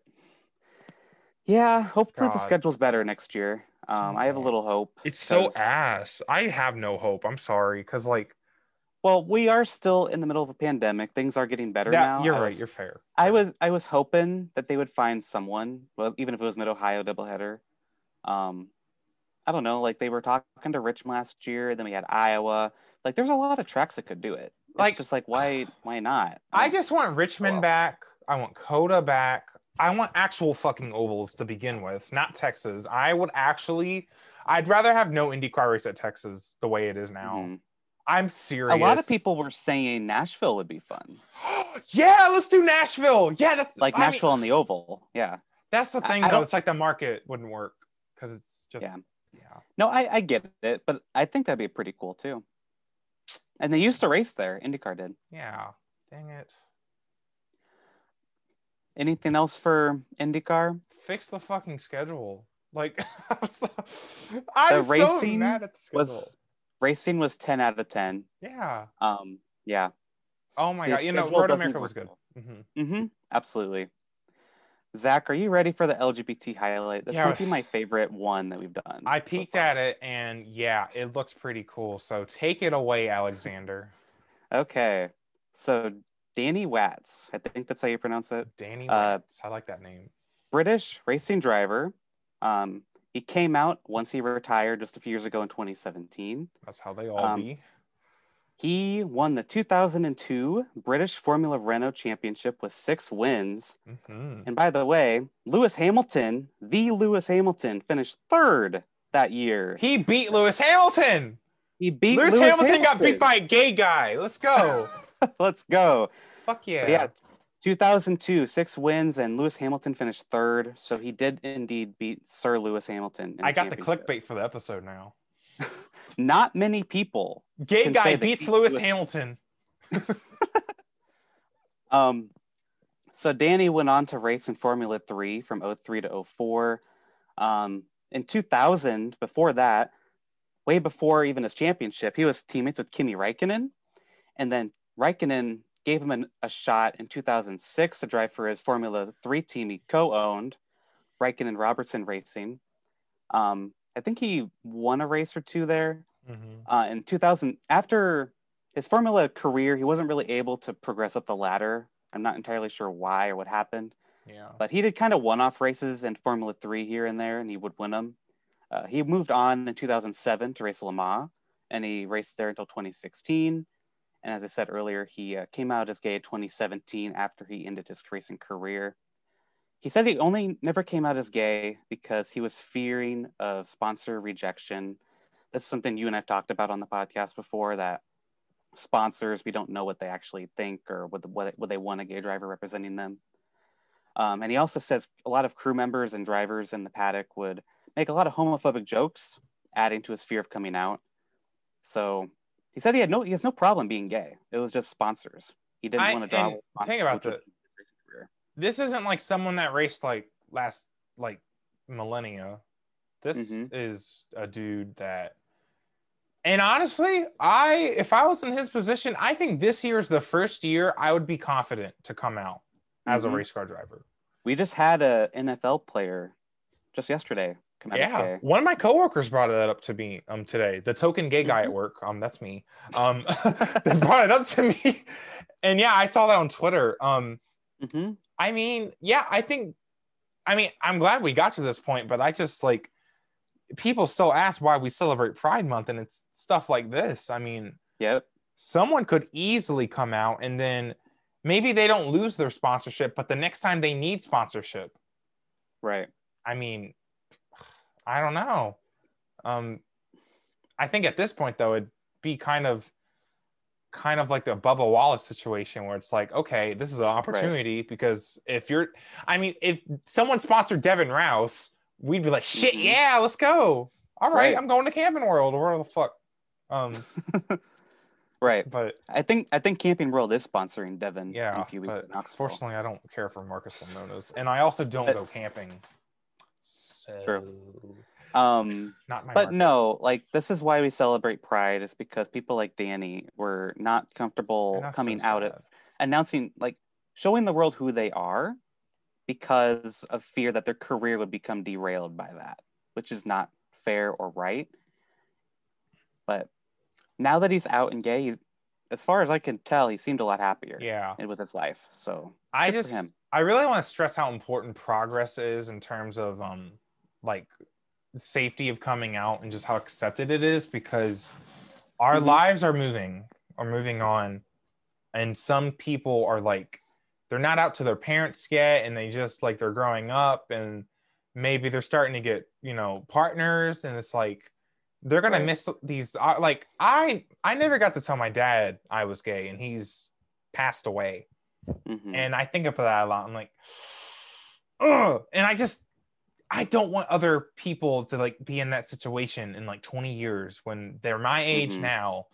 Speaker 2: yeah, hopefully the
Speaker 1: God.
Speaker 2: schedule's better next year. Um, I have a
Speaker 1: Yeah.
Speaker 2: little hope.
Speaker 1: it's so
Speaker 2: 'cause-
Speaker 1: ass. I have no hope. I'm sorry, because like
Speaker 2: Well, we are still in the middle of a pandemic. Things are getting better
Speaker 1: that-
Speaker 2: now.
Speaker 1: you're
Speaker 2: I
Speaker 1: right.
Speaker 2: was-
Speaker 1: You're fair.
Speaker 2: I was I was hoping that they would find someone, well, even if it was Mid Ohio doubleheader. Um, I don't know, like they were talking to Richmond last year, then we had Iowa. Like, there's a lot of tracks that could do it. It's
Speaker 1: Like-
Speaker 2: just like why why not?
Speaker 1: I just want Richmond
Speaker 2: Well.
Speaker 1: back. I want Coda back. I want actual fucking ovals to begin with, not Texas. I would actually, I'd rather have no IndyCar race at Texas the way it is now.
Speaker 2: Mhm.
Speaker 1: I'm
Speaker 2: a
Speaker 1: serious.
Speaker 2: lot of people were saying Nashville would be fun,
Speaker 1: yeah, let's do Nashville. Yeah, that's
Speaker 2: like
Speaker 1: I mean,
Speaker 2: Nashville on the Oval. Yeah,
Speaker 1: that's the
Speaker 2: I-
Speaker 1: thing
Speaker 2: I
Speaker 1: though.
Speaker 2: don't-
Speaker 1: It's like the market wouldn't work because it's just
Speaker 2: Yeah.
Speaker 1: yeah.
Speaker 2: no, I I get it, but I think that'd be pretty cool too. And they used to race there. IndyCar did.
Speaker 1: Yeah. Dang it.
Speaker 2: Anything else for IndyCar?
Speaker 1: Fix the fucking schedule. Like I'm so, I'm so
Speaker 2: racing
Speaker 1: mad at the schedule.
Speaker 2: Was racing was ten out of ten.
Speaker 1: yeah.
Speaker 2: Um, yeah.
Speaker 1: Oh my
Speaker 2: the
Speaker 1: god. You know,
Speaker 2: schedule
Speaker 1: Road
Speaker 2: doesn't
Speaker 1: America was
Speaker 2: work
Speaker 1: good. Mhm.
Speaker 2: Mm-hmm. Absolutely. Zach, are you ready for the LGBT highlight? This
Speaker 1: Yeah.
Speaker 2: might be my favorite one that we've done.
Speaker 1: I
Speaker 2: so
Speaker 1: peeked
Speaker 2: far.
Speaker 1: at it and yeah, it looks pretty cool. So take it away, Alexander.
Speaker 2: Okay. So Danny Watts, I think that's how you pronounce it.
Speaker 1: Danny
Speaker 2: Uh,
Speaker 1: Wentz. I like that name.
Speaker 2: British racing driver. Um, he came out once he retired just a few years ago in 2017.
Speaker 1: That's how they all
Speaker 2: um,
Speaker 1: be.
Speaker 2: He won the 2002 British Formula Renault Championship with six wins.
Speaker 1: Mhm.
Speaker 2: And by the way, Lewis Hamilton, the Lewis Hamilton, finished third that year.
Speaker 1: He beat Lewis Hamilton.
Speaker 2: He beat
Speaker 1: Lewis, Hamilton, got beat by a gay guy. Let's go.
Speaker 2: Let's go.
Speaker 1: Fuck yeah.
Speaker 2: But Yeah. 2002, six wins, and Lewis Hamilton finished third. So he did indeed beat Sir Lewis Hamilton. in
Speaker 1: I got the
Speaker 2: championship.
Speaker 1: clickbait for the episode now.
Speaker 2: Not many people.
Speaker 1: Gay
Speaker 2: Can
Speaker 1: guy
Speaker 2: say that
Speaker 1: beats
Speaker 2: he-
Speaker 1: Lewis
Speaker 2: Lewis-
Speaker 1: Hamilton.
Speaker 2: Um, so Danny went on to race in Formula Three from 03 to 04. Um, in 2000, before that, way before even his championship, he was teammates with Kimi Raikkonen. And then Raikkonen gave him an, a shot in 2006 to drive for his Formula Three team he co owned, Raikkonen Robertson Racing. Um, I think he won a race or two there.
Speaker 1: Mhm.
Speaker 2: Uh, in 2000, after his Formula career, he wasn't really able to progress up the ladder. I'm not entirely sure why or what happened,
Speaker 1: Yeah.
Speaker 2: but he did kind of one off races in Formula 3 here and there, and he would win them. Uh, he moved on in 2007 to race Le Mans, and he raced there until 2016. And as I said earlier, he uh, came out as gay in 2017 after he ended his racing career. He said he only never came out as gay because he was fearing of sponsor rejection. That's something you and I've talked about on the podcast before that sponsors, we don't know what they actually think or what, what, what they want a gay driver representing them. Um, and he also says a lot of crew members and drivers in the paddock would make a lot of homophobic jokes, adding to his fear of coming out. So he said he had no he has no problem being gay. It was just sponsors. He didn't
Speaker 1: I-
Speaker 2: want to draw.
Speaker 1: and
Speaker 2: on
Speaker 1: think about
Speaker 2: social
Speaker 1: the- This isn't like someone that raced like last like millennia. This
Speaker 2: Mhm.
Speaker 1: is a dude that and honestly, I if I was in his position, I think this year is the first year I would be confident to come out as a
Speaker 2: Mhm.
Speaker 1: race car driver.
Speaker 2: We just had a NFL player just yesterday come out as
Speaker 1: yeah,
Speaker 2: gay.
Speaker 1: one of my coworkers brought that up to me um today. The token gay guy at work, um, that's me. Um, they brought it up to me, and yeah, I saw that on Twitter. Um,
Speaker 2: Mhm.
Speaker 1: I mean, yeah, I think, I mean, I'm glad we got to this point, but I just like people still ask why we celebrate Pride Month, and it's stuff like this. I mean,
Speaker 2: Yep.
Speaker 1: someone could easily come out and then maybe they don't lose their sponsorship, but the next time they need sponsorship,
Speaker 2: Right.
Speaker 1: I mean, I don't know. Um, I think at this point though, it'd be kind of, kind of like the Bubba Wallace situation where it's like, okay, this is an opportunity because if you're, I mean, if someone sponsored Devin Rouse, we'd be like, shit,
Speaker 2: Mhm.
Speaker 1: yeah, let's go. All right,
Speaker 2: Right.
Speaker 1: I'm going to Camping World or whatever the fuck. Um,
Speaker 2: Right.
Speaker 1: but
Speaker 2: I think I think Camping World is sponsoring Devin in
Speaker 1: yeah,
Speaker 2: a few weeks
Speaker 1: but
Speaker 2: in Knoxville.
Speaker 1: fortunately, I don't care for Marcus Lemona's, and I also don't
Speaker 2: But-
Speaker 1: go camping. So
Speaker 2: Um
Speaker 1: not my.
Speaker 2: but
Speaker 1: Marcus.
Speaker 2: no, like this is why we celebrate Pride is because people like Danny were not comfortable
Speaker 1: And that's so
Speaker 2: coming out at
Speaker 1: sad.
Speaker 2: announcing like showing the world who they are because of fear that their career would become derailed by that which is not fair or right but now that he's out and gay he's, as far as i can tell he seemed a lot happier
Speaker 1: Yeah,
Speaker 2: with his life so
Speaker 1: I
Speaker 2: Good for
Speaker 1: just
Speaker 2: him.
Speaker 1: I really want to stress how important progress is in terms of um like safety of coming out and just how accepted it is because our
Speaker 2: Mhm.
Speaker 1: lives are moving are moving on and some people are like they're not out to their parents yet and they just like they're growing up and maybe they're starting to get you know partners and it's like they're gonna
Speaker 2: Right.
Speaker 1: miss these uh, like i i never got to tell my dad i was gay and he's passed away
Speaker 2: mhm.
Speaker 1: and I think about that a lot. I'm like, Ugh! and I just I don't want other people to like be in that situation in like 20 years when they're my age
Speaker 2: Mhm.
Speaker 1: now,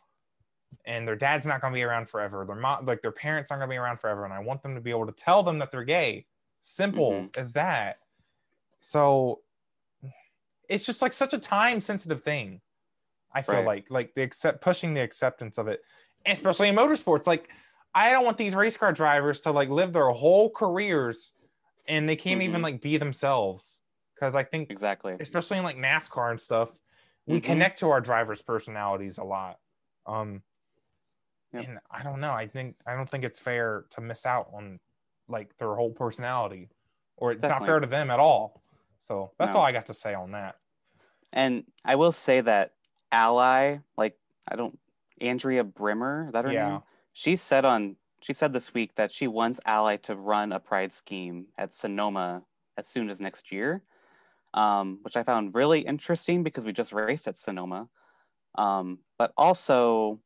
Speaker 1: and their dad's not gonna be around forever. Their mom, like their parents aren't gonna be around forever, and I want them to be able to tell them that they're gay. Simple as that. So it's just like such a time sensitive thing. I feel
Speaker 2: Right.
Speaker 1: like like the accept pushing the acceptance of it, especially in motorsports. Like I don't want these race car drivers to like live their whole careers and they can't even
Speaker 2: Mhm.
Speaker 1: like be themselves because I think
Speaker 2: exactly
Speaker 1: especially in like NASCAR and stuff, we
Speaker 2: Mhm.
Speaker 1: connect to our drivers' personalities a lot. Um
Speaker 2: Yep.
Speaker 1: and I don't know. I think I don't think it's fair to miss out on like their whole personality or it's not
Speaker 2: Definitely.
Speaker 1: fair to them at all. So that's
Speaker 2: No.
Speaker 1: all I got to say on that.
Speaker 2: and i will say that ally like i don't andrea brimmer is that her
Speaker 1: Yeah.
Speaker 2: name she said on she said this week that she wants Ally to run a pride scheme at Sonoma as soon as next year, um, which I found really interesting because we just raced at Sonoma. Um, but also,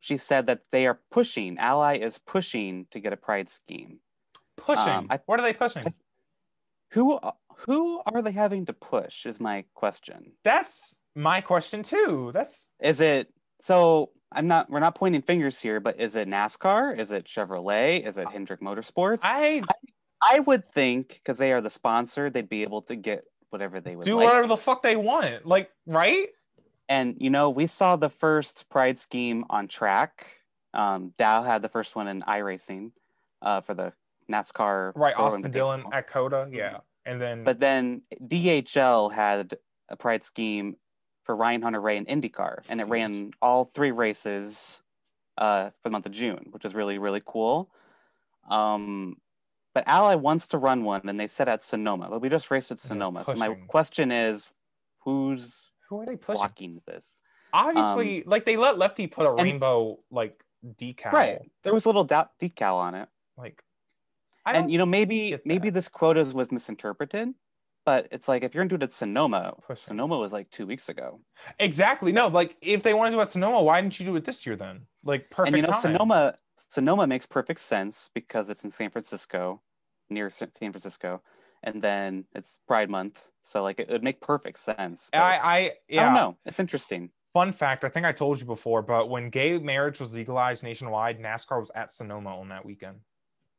Speaker 2: she said that they are pushing. Ally is pushing to get a pride scheme.
Speaker 1: Pushing.
Speaker 2: Um, I-
Speaker 1: what are they pushing?
Speaker 2: I- Who who are they having to push? Is my question.
Speaker 1: that's my question too. That's
Speaker 2: Is it so? I'm not. We're not pointing fingers here, but is it NASCAR? Is it Chevrolet? Is it Hendrick Motorsports?
Speaker 1: I
Speaker 2: I would think because they are the sponsor, they'd be able to get whatever they would
Speaker 1: do
Speaker 2: like.
Speaker 1: whatever the fuck they want. Like, right?
Speaker 2: and you know, we saw the first Pride scheme on track. Um, Dow had the first one in iRacing uh, for the NASCAR.
Speaker 1: Right,
Speaker 2: Pro
Speaker 1: Austin Dillon
Speaker 2: Mm-hmm. Invitational.
Speaker 1: at Coda, yeah. And then
Speaker 2: But then DHL had a pride scheme for Ryan Hunter Ray in IndyCar, and it
Speaker 1: Jeez.
Speaker 2: ran all three races uh, for the month of June, which is really really cool. Um, but Ally wants to run one, and they said at Sonoma, but we just raced at
Speaker 1: they're
Speaker 2: Sonoma. So my
Speaker 1: pushing.
Speaker 2: question is, who's
Speaker 1: Who are they pushing?
Speaker 2: blocking this?
Speaker 1: Obviously, like they let Lefty put a
Speaker 2: Um, and-
Speaker 1: rainbow like decal.
Speaker 2: Right. There was a little doubt decal on it.
Speaker 1: Like, I don't
Speaker 2: and you know maybe
Speaker 1: get
Speaker 2: maybe this quota was misinterpreted but it's like if you're into it at sonoma
Speaker 1: Pushing.
Speaker 2: sonoma was like two weeks ago
Speaker 1: exactly no. Like, if they wanted to do it at Sonoma, why didn't you do it this year then? Like, perfect
Speaker 2: and you know
Speaker 1: time.
Speaker 2: sonoma sonoma makes perfect sense because it's in san francisco near san san francisco and then it's pride month so like it would make perfect sense but
Speaker 1: I, I, yeah.
Speaker 2: I don't know it's interesting
Speaker 1: Fun fact: I think I told you before, but when gay marriage was legalized nationwide, NASCAR was at Sonoma on that weekend.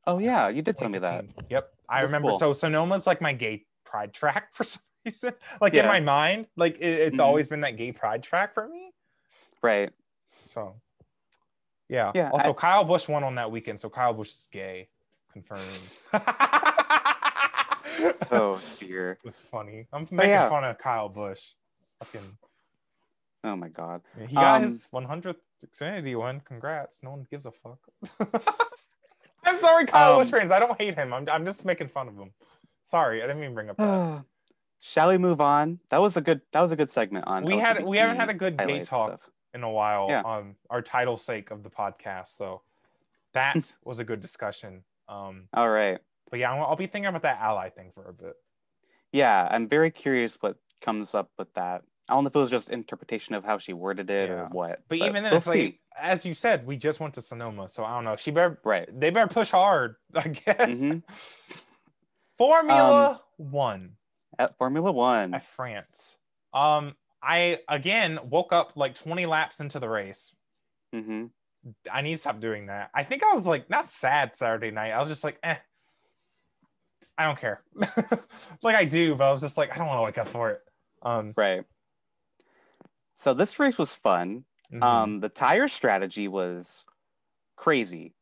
Speaker 2: oh yeah you did tell me that
Speaker 1: 2015. Yep, I
Speaker 2: That's
Speaker 1: remember.
Speaker 2: cool.
Speaker 1: So Sonoma's like my gay pride track for some reason. Like in
Speaker 2: Yeah.
Speaker 1: my mind, like it, it's
Speaker 2: Mhm.
Speaker 1: always been that gay pride track for me.
Speaker 2: right
Speaker 1: So, yeah.
Speaker 2: Yeah,
Speaker 1: also, Kyle Bush won on that weekend, so Kyle Bush is gay, confirmed. it
Speaker 2: oh dear
Speaker 1: was funny. I'm making
Speaker 2: Oh, yeah.
Speaker 1: fun of Kyle Bush. Fucking,
Speaker 2: oh my god
Speaker 1: he got
Speaker 2: Um,
Speaker 1: his 100th Xfinity win. Congrats. No one gives a fuck. I'm sorry, Kyle Busch
Speaker 2: Um,
Speaker 1: Bush fans. I don't hate him. I'm, I'm just making fun of him. Sorry, I didn't mean to bring up that.
Speaker 2: shall we move on that was a good that was a good segment on
Speaker 1: we had we haven't had a
Speaker 2: LGBT
Speaker 1: good gay
Speaker 2: highlights
Speaker 1: talk
Speaker 2: stuff.
Speaker 1: in a while
Speaker 2: Yeah.
Speaker 1: on our title sake of the podcast. So that was a good discussion. Um,
Speaker 2: all right
Speaker 1: but yeah, I'll, I'll be thinking about that ally thing for a bit.
Speaker 2: yeah i'm very curious what comes up with that i don't know if it was just interpretation of how she worded it
Speaker 1: Yeah.
Speaker 2: or what
Speaker 1: But, even then,
Speaker 2: we'll
Speaker 1: it's like as you said, we just went to Sonoma, so I don't know. She better
Speaker 2: right
Speaker 1: they better push hard, I guess.
Speaker 2: Mhm.
Speaker 1: Formula
Speaker 2: Um,
Speaker 1: One
Speaker 2: at formula one
Speaker 1: at France. Um, I again woke up like 20 laps into the race
Speaker 2: hmm
Speaker 1: I need to stop doing that. I think I was like not sad Saturday night. I was just like, eh, I don't care. like I do, but I was just like, I don't want to wake up for it. Um,
Speaker 2: right so this race was fun
Speaker 1: mhm.
Speaker 2: um the tire strategy was crazy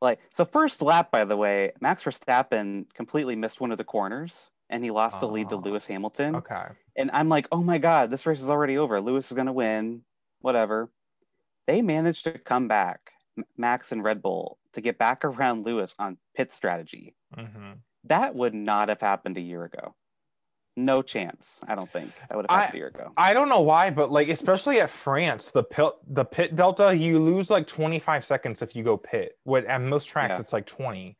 Speaker 2: like so first lap by the way max verstappen completely missed one of the corners and he lost the lead to
Speaker 1: Ah,
Speaker 2: lewis hamilton
Speaker 1: okay.
Speaker 2: And I'm like, oh my God, this race is already over. Lewis is going to win, whatever. They managed to come back, M- Max and Red Bull, to get back around Lewis on pit strategy.
Speaker 1: Mhm.
Speaker 2: That would not have happened a year ago. No chance, I don't think that would have
Speaker 1: I-
Speaker 2: happened a year ago.
Speaker 1: I don't know why, but like especially at France, the pit the pit delta, you lose like 25 seconds if you go pit. What at most tracks
Speaker 2: Yeah. Mm-hmm.
Speaker 1: it's like 20.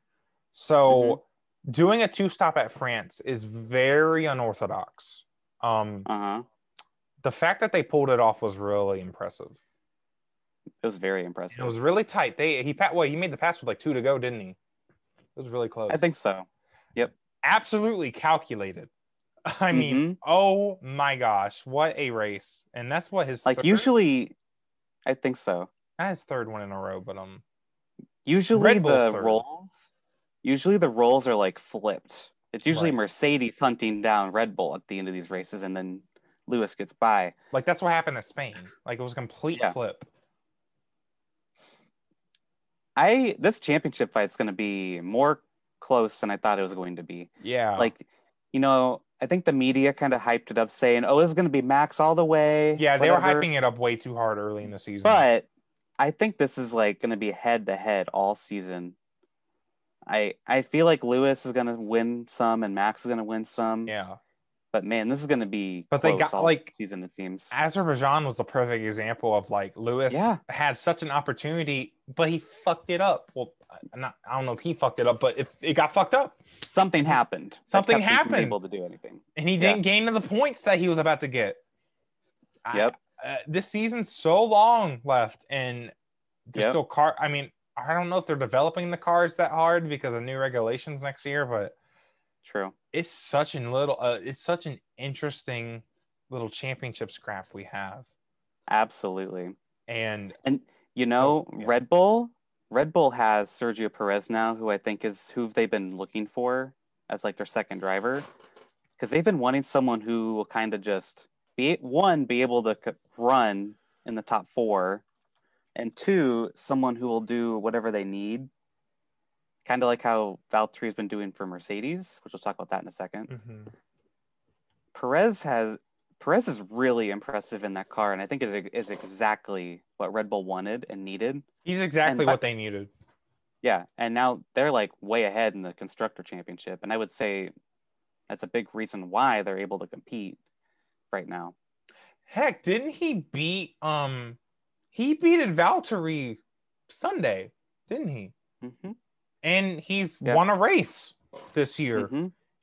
Speaker 1: So doing a two stop at France is very unorthodox. Um,
Speaker 2: Uh huh.
Speaker 1: the fact that they pulled it off was really impressive.
Speaker 2: It was very
Speaker 1: And It
Speaker 2: impressive.
Speaker 1: was really tight. They he pat well, he made the pass with like two to go, didn't he? It was really close.
Speaker 2: I think so.
Speaker 1: absolutely calculated. I
Speaker 2: Mm-hmm.
Speaker 1: mean, oh my gosh, what a race! And that's what his
Speaker 2: Like,
Speaker 1: third-
Speaker 2: usually, I think so.
Speaker 1: not his third one in a row, but um,
Speaker 2: Usually,
Speaker 1: Red Bull's
Speaker 2: the
Speaker 1: third.
Speaker 2: roles, usually the roles are like flipped. It's usually
Speaker 1: Right.
Speaker 2: Mercedes hunting down Red Bull at the end of these races, and then Lewis gets by.
Speaker 1: like that's what happened to Spain. Like it was a complete
Speaker 2: Yeah.
Speaker 1: flip.
Speaker 2: I this championship fight's going to be more close than I thought it was going to be.
Speaker 1: Yeah,
Speaker 2: Like, you know, I think the media kind of hyped it up, saying, "Oh, this is going to be Max all the way."
Speaker 1: yeah, they
Speaker 2: whatever.
Speaker 1: were hyping it up way too hard early in the season.
Speaker 2: But I think this is like going to be head to head all season. I I feel like Lewis is going to win some and Max is going to win some.
Speaker 1: yeah,
Speaker 2: But man, this is going to be.
Speaker 1: But they
Speaker 2: close
Speaker 1: got,
Speaker 2: all
Speaker 1: like-
Speaker 2: season. It seems.
Speaker 1: Azerbaijan was the perfect example of like Lewis
Speaker 2: Yeah.
Speaker 1: had such an opportunity, but he fucked it up. Well, uh, not I don't know if he fucked it up, but if it got fucked up.
Speaker 2: Something happened. that
Speaker 1: Something
Speaker 2: kept him from
Speaker 1: happened.
Speaker 2: Able to do anything.
Speaker 1: and he
Speaker 2: Yeah.
Speaker 1: didn't gain to the points that he was about to get. I-
Speaker 2: Yep.
Speaker 1: uh, this season's so long left, and there's
Speaker 2: Yep.
Speaker 1: still car. I mean, I don't know if they're developing the cars that hard because of new regulations next year, but
Speaker 2: True.
Speaker 1: it's such an little, uh, it's such an interesting little championship scrap we have,
Speaker 2: Absolutely.
Speaker 1: and So,
Speaker 2: You know,
Speaker 1: yeah.
Speaker 2: Red Bull, Red Bull has Sergio Perez now, who I think is who they've been looking for as like their second driver, because they've been wanting someone who will kind of just be one, be able to c- run in the top four, and two, someone who will do whatever they need,
Speaker 1: Mm.
Speaker 2: kind of like how Valtteri's been doing for Mercedes, which we'll talk about that in a second.
Speaker 1: mhm.
Speaker 2: Perez has Perez is really impressive in that car, and I think it is exactly what Red Bull wanted and needed.
Speaker 1: He's exactly
Speaker 2: And-
Speaker 1: what they needed.
Speaker 2: Yeah, and now they're like way ahead in the constructor championship, and I would say that's a big reason why they're able to compete right now.
Speaker 1: Heck, didn't he beat um he beated Valtteri Sunday, didn't he?
Speaker 2: hmm
Speaker 1: And he's
Speaker 2: Yeah. Mm-hmm.
Speaker 1: won a race this year.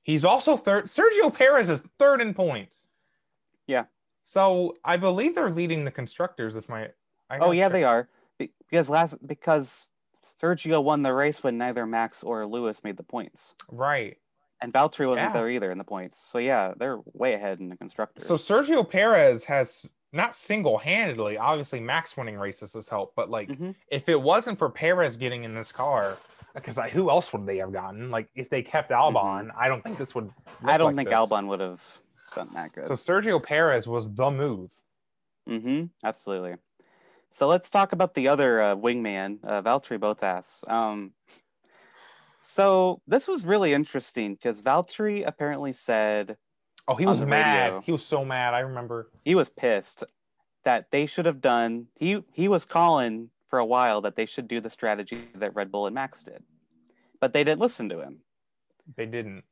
Speaker 1: He's also third. Sergio Perez is third in points.
Speaker 2: Yeah.
Speaker 1: So I believe they're leading the constructors. If my, I
Speaker 2: Oh yeah, they are Be- because last because Sergio won the race when neither Max or Lewis made the points,
Speaker 1: right.
Speaker 2: and Valtteri wasn't
Speaker 1: Yeah.
Speaker 2: there either in the points. So yeah, they're way ahead in the constructors.
Speaker 1: So Sergio Perez has not single-handedly, obviously Max winning races has helped, but like
Speaker 2: Mhm.
Speaker 1: if it wasn't for Perez getting in this car, because like, who else would they have gotten? Like if they kept Albon, I don't think this would. look
Speaker 2: Mm-hmm. I don't
Speaker 1: like
Speaker 2: think
Speaker 1: this.
Speaker 2: Albon would have done that good.
Speaker 1: So Sergio Perez was the move.
Speaker 2: Mm-hmm. Absolutely. So let's talk about the other uh, wingman, uh, Valtteri Bottas. Um, so this was really interesting because Valtteri apparently said
Speaker 1: Oh, he
Speaker 2: On
Speaker 1: was
Speaker 2: the
Speaker 1: mad.
Speaker 2: radio.
Speaker 1: He was so mad. I remember.
Speaker 2: he was pissed that they should have done. He he was calling for a while that they should do the strategy that Red Bull and Max did, but they didn't listen to him.
Speaker 1: They didn't.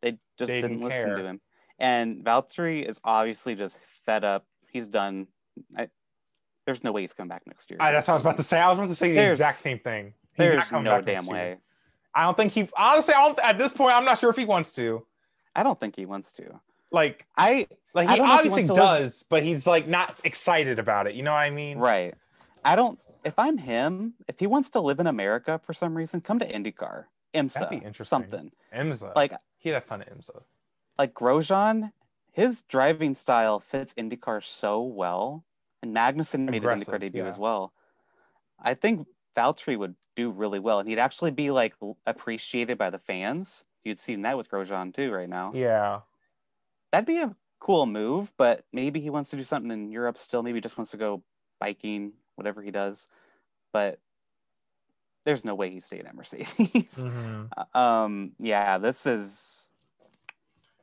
Speaker 2: They just
Speaker 1: They
Speaker 2: didn't,
Speaker 1: didn't
Speaker 2: listen
Speaker 1: care.
Speaker 2: to him. And Valtteri is obviously just fed up. He's done. I, there's no way he's coming back next year.
Speaker 1: I, that's what I was about to say. I was about to say the
Speaker 2: There's-
Speaker 1: exact same thing. He's not
Speaker 2: There's
Speaker 1: coming
Speaker 2: no
Speaker 1: back next
Speaker 2: damn
Speaker 1: year.
Speaker 2: way.
Speaker 1: I don't think he honestly. I don't, at this point, I'm not sure if he wants to.
Speaker 2: I don't think he wants to.
Speaker 1: Like,
Speaker 2: I
Speaker 1: like
Speaker 2: I
Speaker 1: he
Speaker 2: don't know if he
Speaker 1: obviously
Speaker 2: wants to live-
Speaker 1: does, but he's like not excited about it. You know what I mean?
Speaker 2: right. I don't. If I'm him, if he wants to live in America for some reason, come to IndyCar, IMSA,
Speaker 1: be interesting.
Speaker 2: something
Speaker 1: IMSA.
Speaker 2: like
Speaker 1: he'd have fun at IMSA.
Speaker 2: like Grosjean. His driving style fits IndyCar so well, and Magnussen made his
Speaker 1: Aggressive,
Speaker 2: IndyCar debut
Speaker 1: yeah.
Speaker 2: as well. I think Valtteri would do really well, and he'd actually be like l- appreciated by the fans. You'd seen that with Grosjean too, right now.
Speaker 1: Yeah.
Speaker 2: that'd be a cool move, but maybe he wants to do something in Europe still. Maybe he just wants to go biking, whatever he does. But there's no way he's staying at Mercedes.
Speaker 1: Hmm.
Speaker 2: um, yeah, this is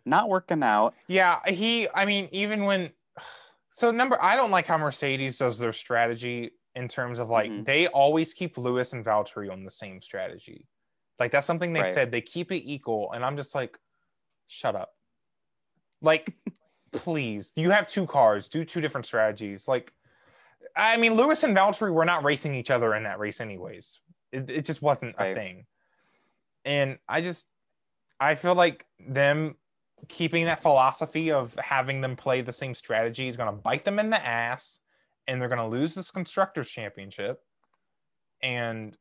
Speaker 2: not working out.
Speaker 1: Yeah. He. I mean, even when. So number, I don't like how Mercedes does their strategy in terms of like
Speaker 2: Mhm.
Speaker 1: they always keep Lewis and Valtteri on the same strategy. Like that's something they
Speaker 2: Right.
Speaker 1: said they keep it equal, and I'm just like, shut up. Like, please, you have two cars, do two different strategies. Like, I mean, Lewis and Valtteri were not racing each other in that race, anyways. It, it just wasn't a
Speaker 2: Right.
Speaker 1: thing. And I just, I feel like them keeping that philosophy of having them play the same strategy is going to bite them in the ass and they're going to lose this constructors championship and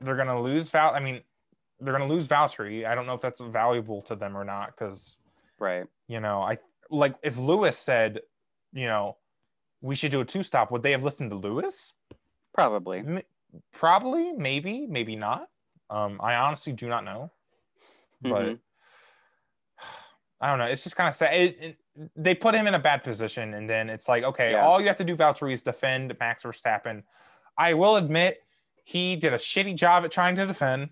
Speaker 1: they're going to lose Val I mean they're going to lose Valtteri. I don't know if that's valuable to them or not cuz
Speaker 2: Right.
Speaker 1: you know, I like if Lewis said, you know, we should do a two stop, would they have listened to Lewis?
Speaker 2: Probably.
Speaker 1: M- probably, maybe, maybe not. Um, I honestly do not know, but
Speaker 2: Mhm.
Speaker 1: I don't know. It's just kind of sad. It, it- they put him in a bad position, and then it's like, okay,
Speaker 2: Yeah.
Speaker 1: all you have to do, Valtteri, is defend Max Verstappen. I will admit, he did a shitty job at trying to defend.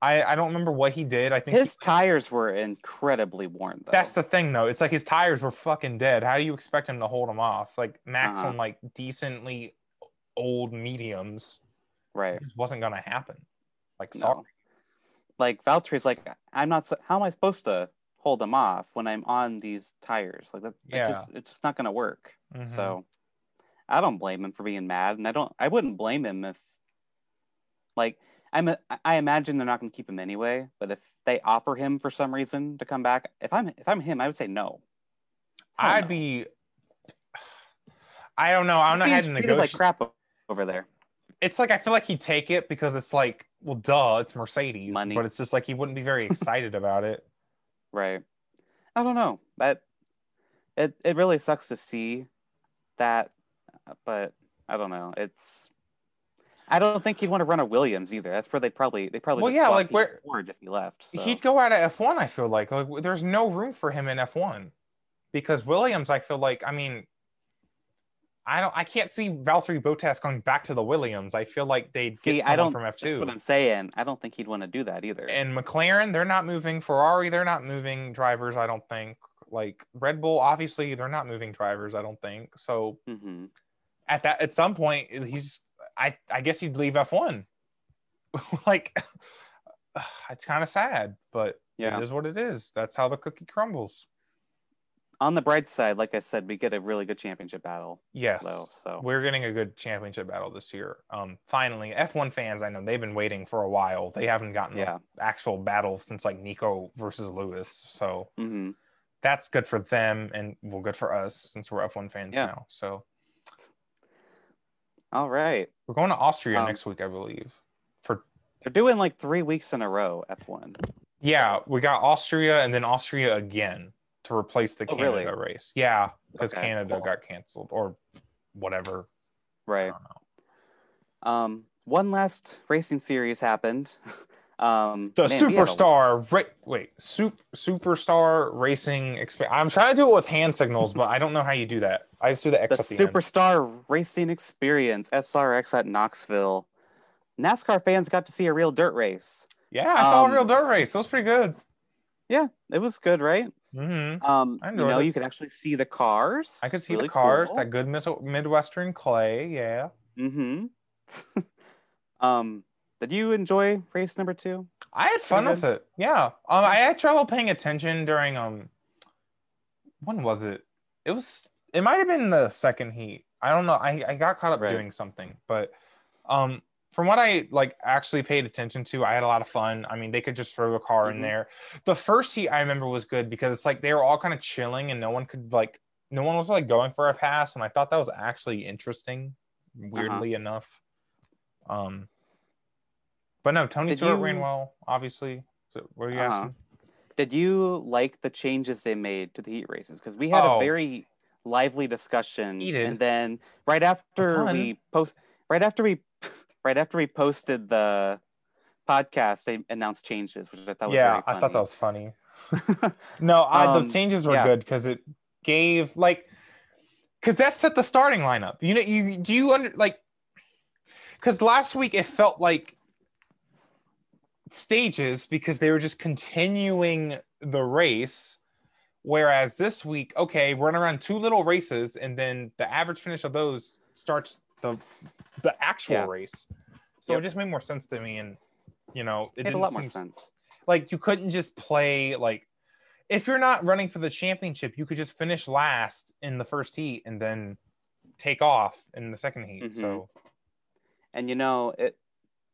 Speaker 1: I, I don't remember what he did. I think he-
Speaker 2: His tires were incredibly worn, though.
Speaker 1: that's the thing, though. It's like his tires were fucking dead. How do you expect him to hold them off? Like Max
Speaker 2: Uh-huh.
Speaker 1: on like decently old mediums,
Speaker 2: right.
Speaker 1: it just wasn't gonna happen. Like, sorry.
Speaker 2: No. Like Valtteri's like, I'm not. s- How am I supposed to hold them off when I'm on these tires? Like that.
Speaker 1: Yeah.
Speaker 2: It just, it's just not gonna work.
Speaker 1: Mhm.
Speaker 2: So I don't blame him for being mad, and I don't. I wouldn't blame him if, like, I'm. A, I imagine they're not going to keep him anyway. But if they offer him for some reason to come back, if I'm if I'm him, I would say no. I don't
Speaker 1: I'd
Speaker 2: know.
Speaker 1: be. I don't know. I'm not
Speaker 2: Being
Speaker 1: had to
Speaker 2: treated
Speaker 1: negotiate.
Speaker 2: like crap o- over there.
Speaker 1: it's like I feel like he'd take it because it's like, well, duh, it's Mercedes.
Speaker 2: Money.
Speaker 1: But it's just like he wouldn't be very excited about it.
Speaker 2: Right. I don't know. That it it really sucks to see that, but I don't know. It's I don't think he'd want to run a Williams either. That's where they probably they probably
Speaker 1: Well,
Speaker 2: just
Speaker 1: yeah,
Speaker 2: swap
Speaker 1: like,
Speaker 2: you
Speaker 1: where-
Speaker 2: Forge if he left. So.
Speaker 1: He'd go out of F1. I feel like. like there's no room for him in F1 because Williams. I feel like. I mean, I don't. I can't see Valtteri Bottas going back to the Williams. I feel like they'd
Speaker 2: See,
Speaker 1: get
Speaker 2: I
Speaker 1: someone
Speaker 2: don't.
Speaker 1: from
Speaker 2: That's what I'm
Speaker 1: F2.
Speaker 2: saying. I don't think he'd want to do that either.
Speaker 1: And McLaren, they're not moving. Ferrari, they're not moving drivers. I don't think. Like Red Bull, obviously they're not moving drivers, I don't think. So
Speaker 2: hmm
Speaker 1: at that at some point he's I I guess he'd leave F1. like it's kind of sad, but
Speaker 2: Yeah.
Speaker 1: it is what it is. That's how the cookie crumbles.
Speaker 2: On the bright side, like I said, we get a really good championship battle
Speaker 1: Yes.
Speaker 2: though. So
Speaker 1: We're getting a good championship battle this year. Um finally, F1 fans, I know they've been waiting for a while. They haven't gotten an
Speaker 2: yeah.
Speaker 1: actual battle since like Nico versus Lewis. So
Speaker 2: hmm
Speaker 1: that's good for them and well good for us since we're F1 fans
Speaker 2: Yeah.
Speaker 1: now. So
Speaker 2: All right.
Speaker 1: we're going to Austria
Speaker 2: Um,
Speaker 1: next week, I believe.
Speaker 2: They're doing like three weeks in a row, F1.
Speaker 1: Yeah, we got Austria and then Austria again to replace the
Speaker 2: Oh,
Speaker 1: Canada
Speaker 2: really?
Speaker 1: race. Yeah, because
Speaker 2: Okay,
Speaker 1: Canada
Speaker 2: cool.
Speaker 1: got canceled or whatever. I
Speaker 2: Right.
Speaker 1: don't know.
Speaker 2: Um, one last racing series happened. Um,
Speaker 1: The
Speaker 2: man, we had a-
Speaker 1: superstar, ra- wait, sup- superstar racing. Exp- I'm trying to do it with hand signals, but I don't know how you do that. I just do the
Speaker 2: the
Speaker 1: X at the end.
Speaker 2: superstar racing experience, SRX at Knoxville. NASCAR fans got to see a real dirt race.
Speaker 1: Yeah, I saw
Speaker 2: um,
Speaker 1: a real dirt race. It was pretty good.
Speaker 2: It was good, right?
Speaker 1: hmm
Speaker 2: Um,
Speaker 1: I
Speaker 2: you
Speaker 1: enjoyed
Speaker 2: know,
Speaker 1: it.
Speaker 2: you could actually see the cars.
Speaker 1: I could see
Speaker 2: Really
Speaker 1: the cars,
Speaker 2: cool.
Speaker 1: that good mid- Midwestern clay. Yeah.
Speaker 2: Mm-hmm. um, did you enjoy race number two?
Speaker 1: I had fun
Speaker 2: Pretty
Speaker 1: with it. Yeah. Um, I had trouble paying attention during um when was it? It was it might have been the second heat. I don't know. I, I got caught up
Speaker 2: Right.
Speaker 1: doing something, but um from what I like actually paid attention to, I had a lot of fun. I mean, they could just throw a car in
Speaker 2: Mhm.
Speaker 1: there. The first heat I remember was good because it's like they were all kind of chilling and no one could like no one was like going for a pass, and I thought that was actually interesting,
Speaker 2: Uh-huh.
Speaker 1: weirdly enough. Um but no, Tony
Speaker 2: Did
Speaker 1: Stewart ran
Speaker 2: you-
Speaker 1: well, obviously. So what are you
Speaker 2: Uh-huh.
Speaker 1: asking?
Speaker 2: Did you like the changes they made to the heat races? Because we had
Speaker 1: Oh.
Speaker 2: a very lively discussion,
Speaker 1: Heated.
Speaker 2: and then right after
Speaker 1: Pun.
Speaker 2: we post, right after we, right after we posted the podcast, they announced changes, which I thought was
Speaker 1: Yeah,
Speaker 2: very
Speaker 1: I thought that
Speaker 2: funny.
Speaker 1: was funny. no, I,
Speaker 2: Um,
Speaker 1: the changes were
Speaker 2: yeah.
Speaker 1: good because it gave like because that set the starting lineup. You know, you do you under like because last week it felt like stages because they were just continuing the race. Whereas this week, okay, we're gonna run two little races, and then the average finish of those starts the the actual
Speaker 2: Yeah.
Speaker 1: race. So
Speaker 2: Yep.
Speaker 1: it just made more sense to me, and you know, it
Speaker 2: Made
Speaker 1: didn't
Speaker 2: a lot more
Speaker 1: seem
Speaker 2: sense.
Speaker 1: like you couldn't just play like if you're not running for the championship you could just finish last in the first heat and then take off in the second heat
Speaker 2: Mhm.
Speaker 1: so
Speaker 2: And you know, it,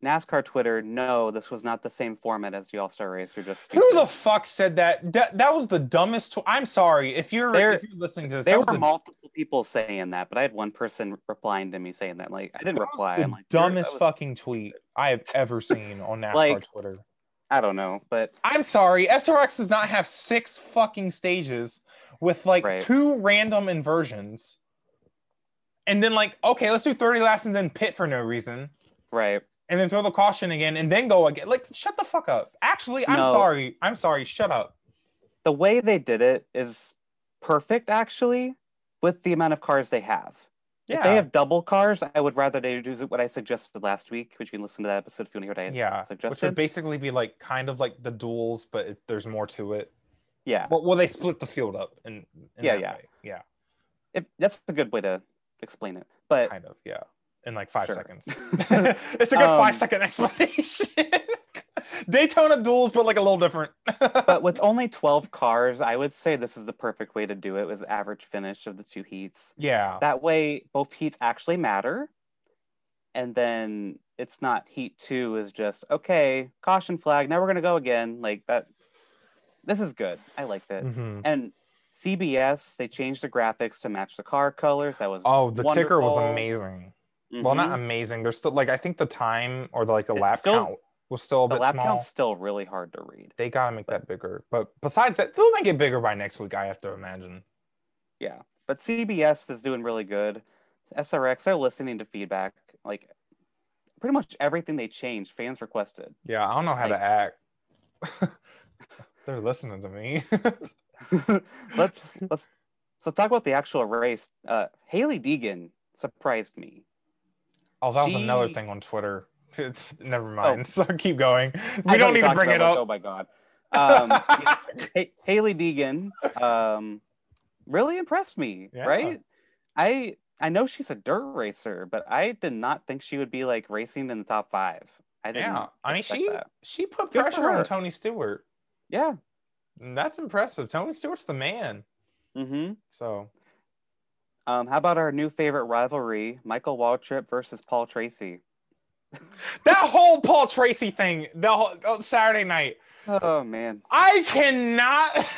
Speaker 2: NASCAR Twitter, no, this was not the same format as the All Star Race. You're just
Speaker 1: who the
Speaker 2: stupid.
Speaker 1: fuck said that that, that was the dumbest tw- i'm sorry if you're
Speaker 2: There-
Speaker 1: if you're listening to this
Speaker 2: there
Speaker 1: that
Speaker 2: were
Speaker 1: was the,
Speaker 2: multiple people saying that, but I had one person replying to me saying that. Like, I didn't
Speaker 1: that was
Speaker 2: reply.
Speaker 1: the
Speaker 2: I'm like, "You're- that
Speaker 1: dumbest
Speaker 2: was-
Speaker 1: fucking tweet i have ever seen on nascar
Speaker 2: Like-
Speaker 1: twitter
Speaker 2: I don't know, but
Speaker 1: i'm sorry srx does not have six fucking stages with like
Speaker 2: Right.
Speaker 1: two random inversions and then like okay let's do 30 laps and then pit for no reason
Speaker 2: right.
Speaker 1: and then throw the caution again and then go again. Like, shut the fuck up. Actually, I'm
Speaker 2: No.
Speaker 1: sorry. I'm sorry. Shut up.
Speaker 2: the way they did it is perfect actually with the amount of cars they have
Speaker 1: Yeah.
Speaker 2: if they have double cars i would rather they do what i suggested last week which you can listen to that episode if you want to hear what i
Speaker 1: yeah. Which would
Speaker 2: suggested
Speaker 1: basically be like kind of like the duels, but it, there's more to it.
Speaker 2: yeah
Speaker 1: Well, well, they split the field up and
Speaker 2: Yeah, yeah.
Speaker 1: yeah,
Speaker 2: if, that's a good way to explain it but
Speaker 1: kind of, yeah, in like five
Speaker 2: Uh, Sure.
Speaker 1: seconds. it's a good
Speaker 2: Um,
Speaker 1: five second explanation. Daytona duels, but like a little different.
Speaker 2: but with only 12 cars i would say this is the perfect way to do it with average finish of the two heats
Speaker 1: yeah,
Speaker 2: that way both heats actually matter and then it's not heat two is just okay caution flag now we're going to go again like that this is good i liked it
Speaker 1: Mhm.
Speaker 2: and cbs they changed the graphics to match the car colors that was
Speaker 1: Oh, the ticker was
Speaker 2: Wonderful.
Speaker 1: amazing. Well, not
Speaker 2: Mhm.
Speaker 1: amazing. There's still like I think the time or the, like the
Speaker 2: It's
Speaker 1: lap
Speaker 2: still-
Speaker 1: count was still a
Speaker 2: the
Speaker 1: bit
Speaker 2: lap
Speaker 1: small.
Speaker 2: count's still really hard to read
Speaker 1: they gotta make that bigger. But besides that, they'll make it bigger by next week. I have to imagine.
Speaker 2: yeah but cbs is doing really good srx they're listening to feedback like pretty much everything they changed fans requested
Speaker 1: Yeah, I don't know how
Speaker 2: Like-
Speaker 1: to act. They're listening to me.
Speaker 2: let's let's so talk about the actual race. Uh, Haley Deegan surprised me.
Speaker 1: oh, that was another
Speaker 2: She- Oh.
Speaker 1: thing on Twitter. It's, never mind. So keep going. We
Speaker 2: I know
Speaker 1: don't
Speaker 2: we
Speaker 1: even
Speaker 2: talked
Speaker 1: bring it
Speaker 2: about this,
Speaker 1: up.
Speaker 2: Oh my god. Um, Ha- Haley Deegan um, really impressed me,
Speaker 1: Yeah.
Speaker 2: right? I I know she's a dirt racer, but I did not think she would be like racing in the top five. I didn't.
Speaker 1: yeah, I mean
Speaker 2: expect
Speaker 1: she
Speaker 2: that.
Speaker 1: she put
Speaker 2: Good for
Speaker 1: pressure on
Speaker 2: her.
Speaker 1: Tony Stewart.
Speaker 2: Yeah.
Speaker 1: And That's impressive. Tony Stewart's the man.
Speaker 2: hmm
Speaker 1: So
Speaker 2: Um, how about our new favorite rivalry, Michael Waltrip versus Paul Tracy?
Speaker 1: that whole Paul Tracy thing, the whole oh, Saturday night,
Speaker 2: Oh man.
Speaker 1: I cannot.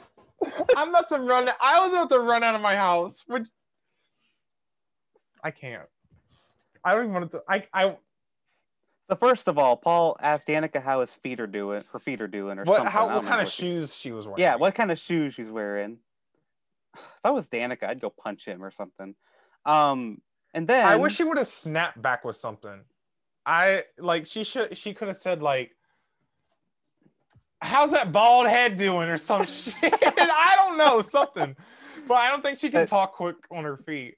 Speaker 1: I'm about to run. I was about to run out of my house, which I can't. I don't even want to. I I
Speaker 2: So first of all, Paul asked Danica how his feet are doing, her feet are doing, or
Speaker 1: what
Speaker 2: something. I
Speaker 1: how
Speaker 2: don't
Speaker 1: what kind
Speaker 2: remember
Speaker 1: of
Speaker 2: what she-
Speaker 1: shoes she was wearing?
Speaker 2: Yeah, what kind of shoes she's wearing? If I was Danica, I'd go punch him or something. Um, and then
Speaker 1: I wish she would have snapped back with something. I like she should she could have said like how's that bald head doing or some shit. I don't know, something. But I don't think she can
Speaker 2: But-
Speaker 1: talk quick on her feet.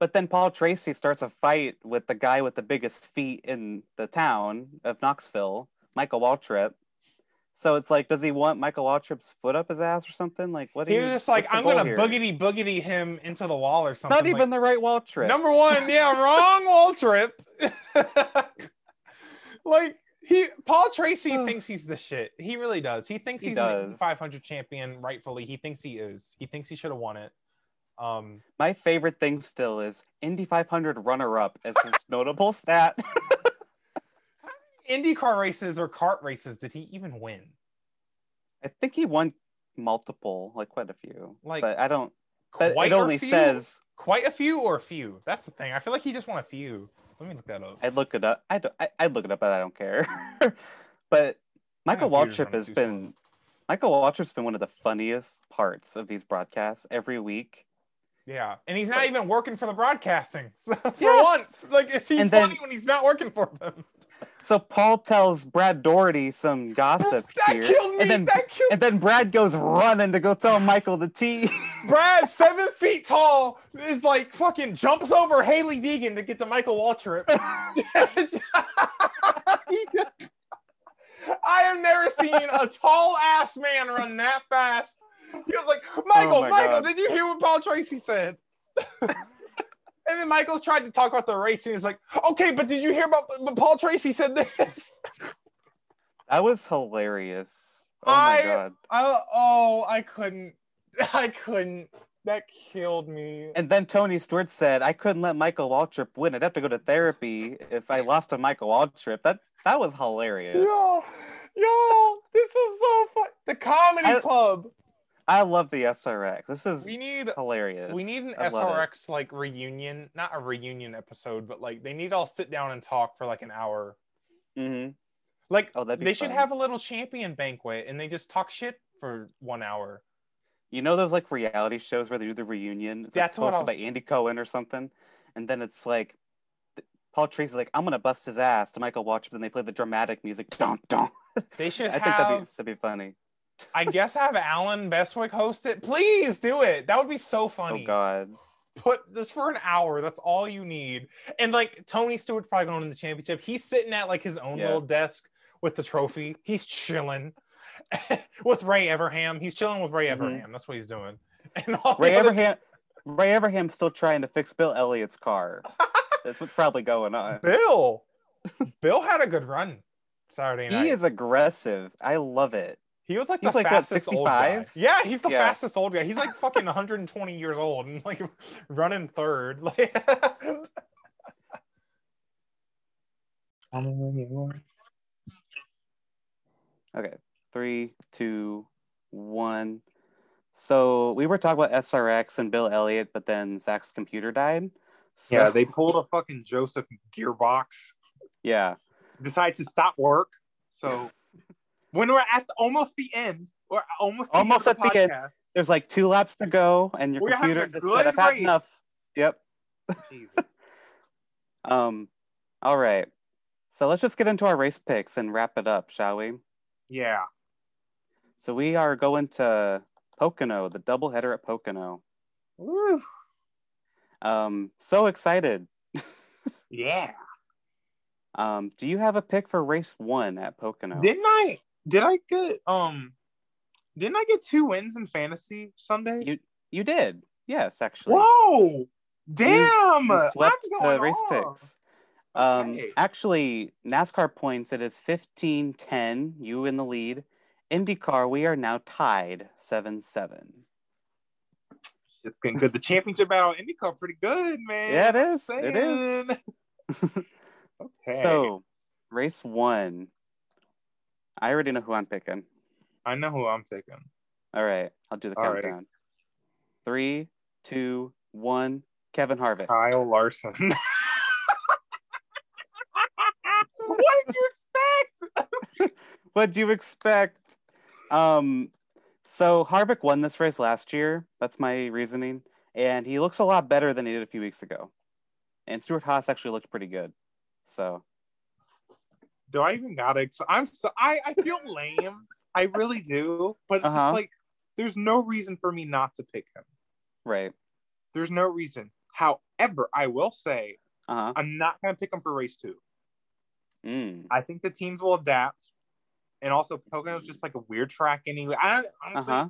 Speaker 2: But then Paul Tracy starts a fight with the guy with the biggest feet in the town of Knoxville, Michael Waltrip. So it's like, does he want Michael Waltrip's foot up his ass or something? Like, what? do
Speaker 1: He
Speaker 2: you
Speaker 1: was just like,
Speaker 2: what's the
Speaker 1: I'm
Speaker 2: goal
Speaker 1: gonna
Speaker 2: here?"
Speaker 1: boogity boogity him into the wall or something.
Speaker 2: Not
Speaker 1: like-
Speaker 2: even the right Waltrip.
Speaker 1: Number one, yeah, wrong wall trip. like he Paul Tracy
Speaker 2: Ugh.
Speaker 1: thinks he's the shit. He really does. He thinks
Speaker 2: He
Speaker 1: he's an
Speaker 2: does.
Speaker 1: 500 champion, rightfully. He thinks he is. He thinks he should have won it. Um,
Speaker 2: My favorite thing still is Indy 500 runner-up as his notable stat.
Speaker 1: IndyCar races or kart races, did he even win?
Speaker 2: I think he won multiple, like quite a few.
Speaker 1: Like,
Speaker 2: but I don't. But
Speaker 1: Quite
Speaker 2: it
Speaker 1: a
Speaker 2: only
Speaker 1: few?
Speaker 2: says
Speaker 1: quite a few or a few. That's the thing. I feel like he just won a few. Let me look that up.
Speaker 2: I'd look it up. I don't, I, I'd look it up, but I don't care. but Michael
Speaker 1: computer's
Speaker 2: Waltrip
Speaker 1: running
Speaker 2: has
Speaker 1: too slow.
Speaker 2: been Michael Waltrip's been one of the funniest parts of these broadcasts every week.
Speaker 1: Yeah, and he's not even working for the broadcasting so, for
Speaker 2: Yeah.
Speaker 1: once. Like, it's- he's
Speaker 2: And then-
Speaker 1: funny when he's not working for them.
Speaker 2: So Paul tells Brad Doherty some gossip
Speaker 1: That
Speaker 2: here,
Speaker 1: killed me.
Speaker 2: and then
Speaker 1: that killed
Speaker 2: and then Brad goes running to go tell Michael the tea.
Speaker 1: Brad, seven feet tall, is like fucking jumps over Haley Deegan to get to Michael Waltrip. I have never seen a tall ass man run that fast. He was like, Michael,
Speaker 2: my
Speaker 1: Michael,
Speaker 2: God.
Speaker 1: did you hear what Paul Tracy said? and then Michael's tried to talk about the race, and he's like, okay, but did you hear about but Paul Tracy said this?
Speaker 2: that was hilarious. Oh my
Speaker 1: I-
Speaker 2: god!
Speaker 1: I, oh, I couldn't. I couldn't. That killed me.
Speaker 2: And then Tony Stewart said, "I couldn't let Michael Waltrip win. I'd have to go to therapy if I lost to Michael Waltrip." That that was hilarious.
Speaker 1: Yo, yo, this is so fun. The comedy
Speaker 2: I-
Speaker 1: club.
Speaker 2: I love the SRX. This is
Speaker 1: We need
Speaker 2: hilarious.
Speaker 1: we need an
Speaker 2: I love it.
Speaker 1: SRX like reunion, not a reunion episode, but like they need to all sit down and talk for like an hour.
Speaker 2: Mhm.
Speaker 1: Like
Speaker 2: Oh, that'd be
Speaker 1: they should
Speaker 2: fun.
Speaker 1: have a little champion banquet and they just talk shit for one hour.
Speaker 2: You know those like reality shows where they do the reunion? It's, like,
Speaker 1: That's what I
Speaker 2: hosted by Andy Cohen or something, and then it's like th- Paul Tracy's like, "I'm gonna bust his ass" to Michael Watch, but then they play the dramatic music. Dun, dun.
Speaker 1: They should
Speaker 2: I think
Speaker 1: have
Speaker 2: that'd be that'd be funny.
Speaker 1: I guess have Alan Bestwick host it. Please do it. That would be so funny.
Speaker 2: Oh God.
Speaker 1: Put this for an hour. That's all you need. And like Tony Stewart's probably going to the championship. He's sitting at like his own
Speaker 2: Yeah.
Speaker 1: little desk with the trophy. He's chilling with Ray Everham. He's chilling with Ray
Speaker 2: Mhm.
Speaker 1: Everham. That's what he's doing. And all the
Speaker 2: Ray
Speaker 1: other-
Speaker 2: Abraham. Ray Abraham's still trying to fix Bill Elliott's car. That's what's probably going on.
Speaker 1: Bill. Bill had a good run Saturday night.
Speaker 2: He is aggressive. I love it.
Speaker 1: He was like
Speaker 2: He's
Speaker 1: the
Speaker 2: like, what,
Speaker 1: fastest old guy.
Speaker 2: 65?
Speaker 1: Yeah, he's the
Speaker 2: Yeah.
Speaker 1: fastest old guy. He's like fucking 120 years old and like running third. Like,
Speaker 2: Okay, three, two, one. So we were talking about SRX and Bill Elliott, but then Zach's computer died. So,
Speaker 3: Yeah, they pulled a fucking Joseph gearbox.
Speaker 2: yeah.
Speaker 3: Decided to stop work. So when we're at the, almost the end, or almost the
Speaker 2: Almost
Speaker 3: end of
Speaker 2: at the end.
Speaker 3: podcast,
Speaker 2: There's like two laps to go, and your
Speaker 3: We're having
Speaker 2: computer
Speaker 3: a
Speaker 2: just
Speaker 3: good
Speaker 2: said, "I've had
Speaker 3: race."
Speaker 2: enough." Yep.
Speaker 3: Jesus.
Speaker 2: Um. All right. So let's just get into our race picks and wrap it up, shall we?
Speaker 3: yeah,
Speaker 2: So we are going to Pocono, the doubleheader at Pocono.
Speaker 3: Woo.
Speaker 2: Um. So excited.
Speaker 3: yeah.
Speaker 2: Um. Do you have a pick for race one at Pocono?
Speaker 3: Didn't I?
Speaker 1: Did I get um? Didn't I get two wins in fantasy Sunday?
Speaker 2: You you did. Yes, actually.
Speaker 1: Whoa! Damn!
Speaker 2: You
Speaker 1: What's
Speaker 2: swept the
Speaker 1: going
Speaker 2: race
Speaker 1: on?
Speaker 2: picks. Um,
Speaker 1: Okay.
Speaker 2: Actually, NASCAR points, it is 15 10, you in the lead. IndyCar, we are now tied 7 7.
Speaker 1: It's getting good. The championship battle IndyCar pretty good, man.
Speaker 2: Yeah, it is. It is.
Speaker 1: Saying. okay.
Speaker 2: So, race one. I already know who I'm picking.
Speaker 1: I know who I'm picking.
Speaker 2: All right, I'll do the
Speaker 1: All right.
Speaker 2: countdown. Three, two, one. Kevin Harvick.
Speaker 1: Kyle Larson. what did you expect?
Speaker 2: What'd you expect? Um, so Harvick won this race last year. That's my reasoning, and he looks a lot better than he did a few weeks ago. And Stuart Haas actually looked pretty good. So
Speaker 1: Do I even gotta? Exp- I'm so I I feel lame. I really do, but it's
Speaker 2: Uh-huh.
Speaker 1: just like there's no reason for me not to pick him.
Speaker 2: right,
Speaker 1: There's no reason. However, I will say
Speaker 2: uh huh.
Speaker 1: I'm not gonna pick him for race two.
Speaker 2: Mm.
Speaker 1: I think the teams will adapt, and also Pocono's just like a weird track anyway. I
Speaker 2: Uh
Speaker 1: honestly
Speaker 2: huh.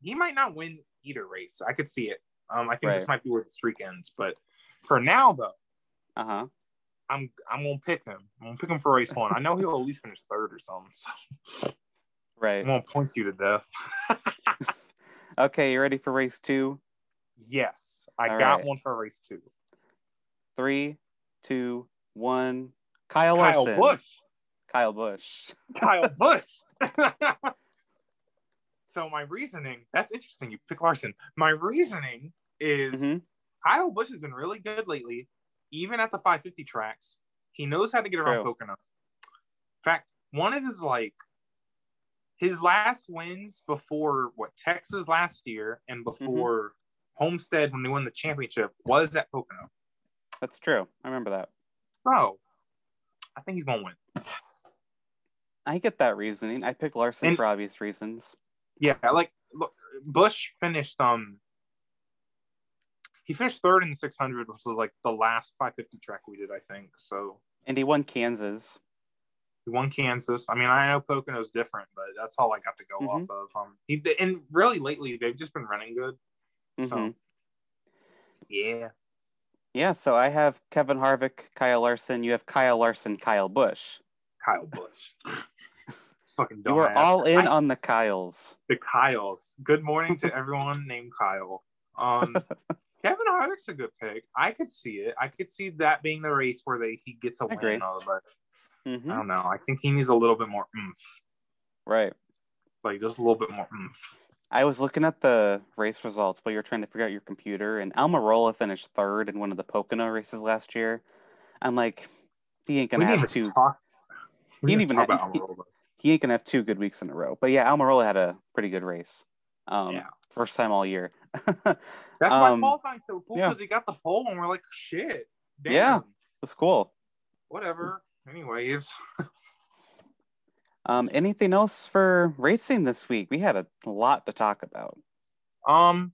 Speaker 1: he might not win either race. I could see it. Um, I think this
Speaker 2: Right.
Speaker 1: might be where the streak ends. But for now, though,
Speaker 2: Uh huh.
Speaker 1: I'm I'm gonna pick him. I'm gonna pick him for race one. I know he'll at least finish third or something. So I'm
Speaker 2: Right.
Speaker 1: gonna point you to death.
Speaker 2: Okay, you ready for race two?
Speaker 1: yes, I
Speaker 2: All
Speaker 1: got
Speaker 2: right.
Speaker 1: one for race two.
Speaker 2: Three, two, one. Kyle,
Speaker 1: Kyle
Speaker 2: Larson.
Speaker 1: Bush.
Speaker 2: Kyle Bush.
Speaker 1: Kyle Bush. so my reasoning. That's interesting. You pick Larson. My reasoning is.
Speaker 2: Mhm.
Speaker 1: Kyle Bush has been really good lately, even at the 550 tracks. He knows how to get around
Speaker 2: True.
Speaker 1: Pocono. In fact, one of his like his last wins before what Texas last year and before Homestead when they won the championship was at Pocono.
Speaker 2: That's true. I remember that.
Speaker 1: Bro, I think he's gonna win.
Speaker 2: I get that reasoning. I picked Larson
Speaker 1: And-
Speaker 2: for obvious reasons.
Speaker 1: Yeah, like look, Bush finished um he finished third in the 600, which was like the last 550 track we did, I think. So
Speaker 2: And he won Kansas.
Speaker 1: He won Kansas. I mean, I know Pocono's different, but that's all I got to go
Speaker 2: Mm-hmm.
Speaker 1: off of. Um, he, and really lately, they've just been running good.
Speaker 2: Mhm.
Speaker 1: So, yeah.
Speaker 2: Yeah, so I have Kevin Harvick, Kyle Larson. You have Kyle Larson, Kyle Bush.
Speaker 1: Kyle Bush. Fucking dumbass.
Speaker 2: you are all in
Speaker 1: I-
Speaker 2: on the Kyles.
Speaker 1: the Kyles. Good morning to everyone named Kyle. Um, Kevin Harvick's a good pick. I could see it. I could see that being the race where they, he gets a win.
Speaker 2: agree.
Speaker 1: and all, But
Speaker 2: Mhm.
Speaker 1: I don't know. I think he needs a little bit more oomph.
Speaker 2: Right.
Speaker 1: Like, just a little bit more oomph.
Speaker 2: I was looking at the race results while you were trying to figure out your computer, and Almirola finished third in one of the Pocono races last year. I'm like, he ain't gonna
Speaker 1: we
Speaker 2: have
Speaker 1: didn't even
Speaker 2: two.
Speaker 1: talk. We
Speaker 2: He
Speaker 1: didn't
Speaker 2: didn't
Speaker 1: talk
Speaker 2: even
Speaker 1: about
Speaker 2: have-
Speaker 1: Amarillo.
Speaker 2: He ain't gonna have two good weeks in a row. But yeah, Almirola had a pretty good race. Um,
Speaker 1: Yeah.
Speaker 2: First time all year.
Speaker 1: That's why
Speaker 2: Um,
Speaker 1: qualifying's so cool
Speaker 2: yeah.
Speaker 1: because he got the pole, and we're like, shit, damn,
Speaker 2: Yeah. That's cool.
Speaker 1: whatever. Anyways,
Speaker 2: Um, anything else for racing this week? We had a lot to talk about.
Speaker 1: um,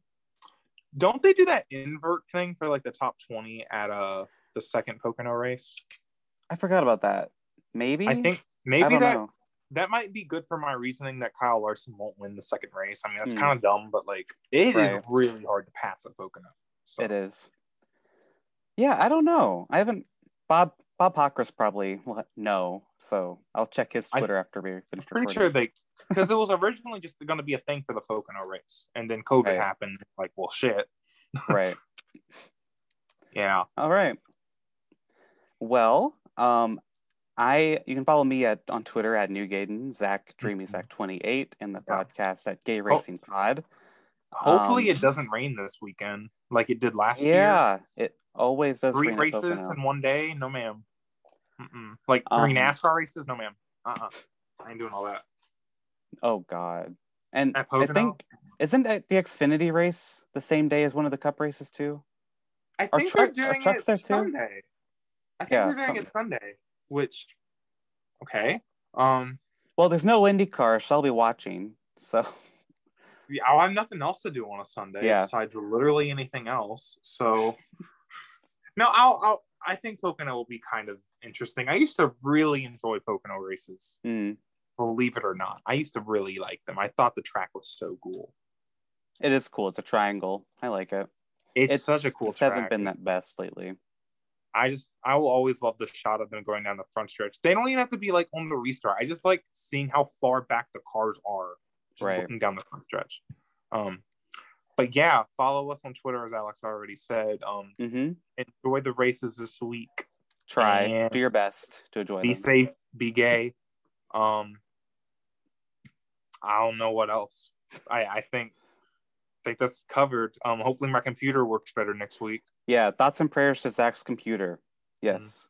Speaker 1: don't they do that invert thing for like the top twenty at uh the second Pocono race?
Speaker 2: I forgot about that. Maybe
Speaker 1: I think
Speaker 2: I
Speaker 1: maybe
Speaker 2: don't
Speaker 1: that
Speaker 2: know.
Speaker 1: that might be good for my reasoning that Kyle Larson won't win the second race. I mean, that's
Speaker 2: Hmm.
Speaker 1: kind of dumb, but like it is
Speaker 2: Right.
Speaker 1: really hard to pass at Pocono. So
Speaker 2: It is. Yeah, I don't know. I haven't. Bob Bob Hockris probably will no. So I'll check his
Speaker 1: I-
Speaker 2: Twitter after we finish
Speaker 1: pretty
Speaker 2: recording.
Speaker 1: sure they because it was originally just going to be a thing for the Pocono race, and then COVID
Speaker 2: Right.
Speaker 1: happened. Like, well, shit,
Speaker 2: Right.
Speaker 1: yeah.
Speaker 2: All right. Well, um, I you can follow me at on Twitter at Newgaden Zach Dreamy Zach twenty eight and the
Speaker 1: Mm-hmm. Yeah. Oh,
Speaker 2: podcast at Gay Racing Pod.
Speaker 1: Hopefully,
Speaker 2: Um,
Speaker 1: it doesn't rain this weekend like it did last year.
Speaker 2: Yeah, it always does.
Speaker 1: Three
Speaker 2: rain at
Speaker 1: races
Speaker 2: Pocono.
Speaker 1: in one day? No, ma'am. Mm-mm. Like three
Speaker 2: Um,
Speaker 1: NASCAR races? No, ma'am. Uh uh I ain't doing all that.
Speaker 2: Oh God. And
Speaker 1: At
Speaker 2: I
Speaker 1: Pocono?
Speaker 2: think isn't it the Xfinity race the same day as one of the Cup races too?
Speaker 1: I
Speaker 2: Are
Speaker 1: think
Speaker 2: truck-
Speaker 1: they're
Speaker 2: are
Speaker 1: doing
Speaker 2: trucks
Speaker 1: it
Speaker 2: there too?
Speaker 1: Sunday. I think
Speaker 2: Yeah,
Speaker 1: they're doing it Sunday, which, okay. Um,
Speaker 2: Well, there's no IndyCar, so I'll be watching. So
Speaker 1: yeah, I'll have nothing else to do on a Sunday
Speaker 2: Yeah.
Speaker 1: besides literally anything else. So, no, I'll, I'll, I think Pocono will be kind of interesting. I used to really enjoy Pocono races.
Speaker 2: mm,
Speaker 1: believe it or not. I used to really like them. I thought the track was so cool.
Speaker 2: It is cool. It's a triangle. I like it.
Speaker 1: It's, such a cool
Speaker 2: It
Speaker 1: track.
Speaker 2: hasn't been that best lately.
Speaker 1: I just I will always love the shot of them going down the front stretch. They don't even have to be like on the restart. I just like seeing how far back the cars are just
Speaker 2: Right.
Speaker 1: looking down the front stretch. Um but yeah, follow us on Twitter as Alex already said. Um
Speaker 2: Mm-hmm.
Speaker 1: enjoy the races this week.
Speaker 2: Try.
Speaker 1: Yeah.
Speaker 2: Do your best to enjoy
Speaker 1: Be
Speaker 2: them.
Speaker 1: safe, be gay. Um I don't know what else. I I think I think that's covered. Um hopefully my computer works better next week.
Speaker 2: Yeah. Thoughts and prayers to Zach's computer.
Speaker 1: Mm-hmm.
Speaker 2: Yes.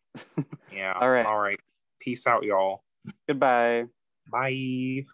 Speaker 1: Yeah.
Speaker 2: All right.
Speaker 1: All right. Peace out y'all.
Speaker 2: Goodbye.
Speaker 1: Bye.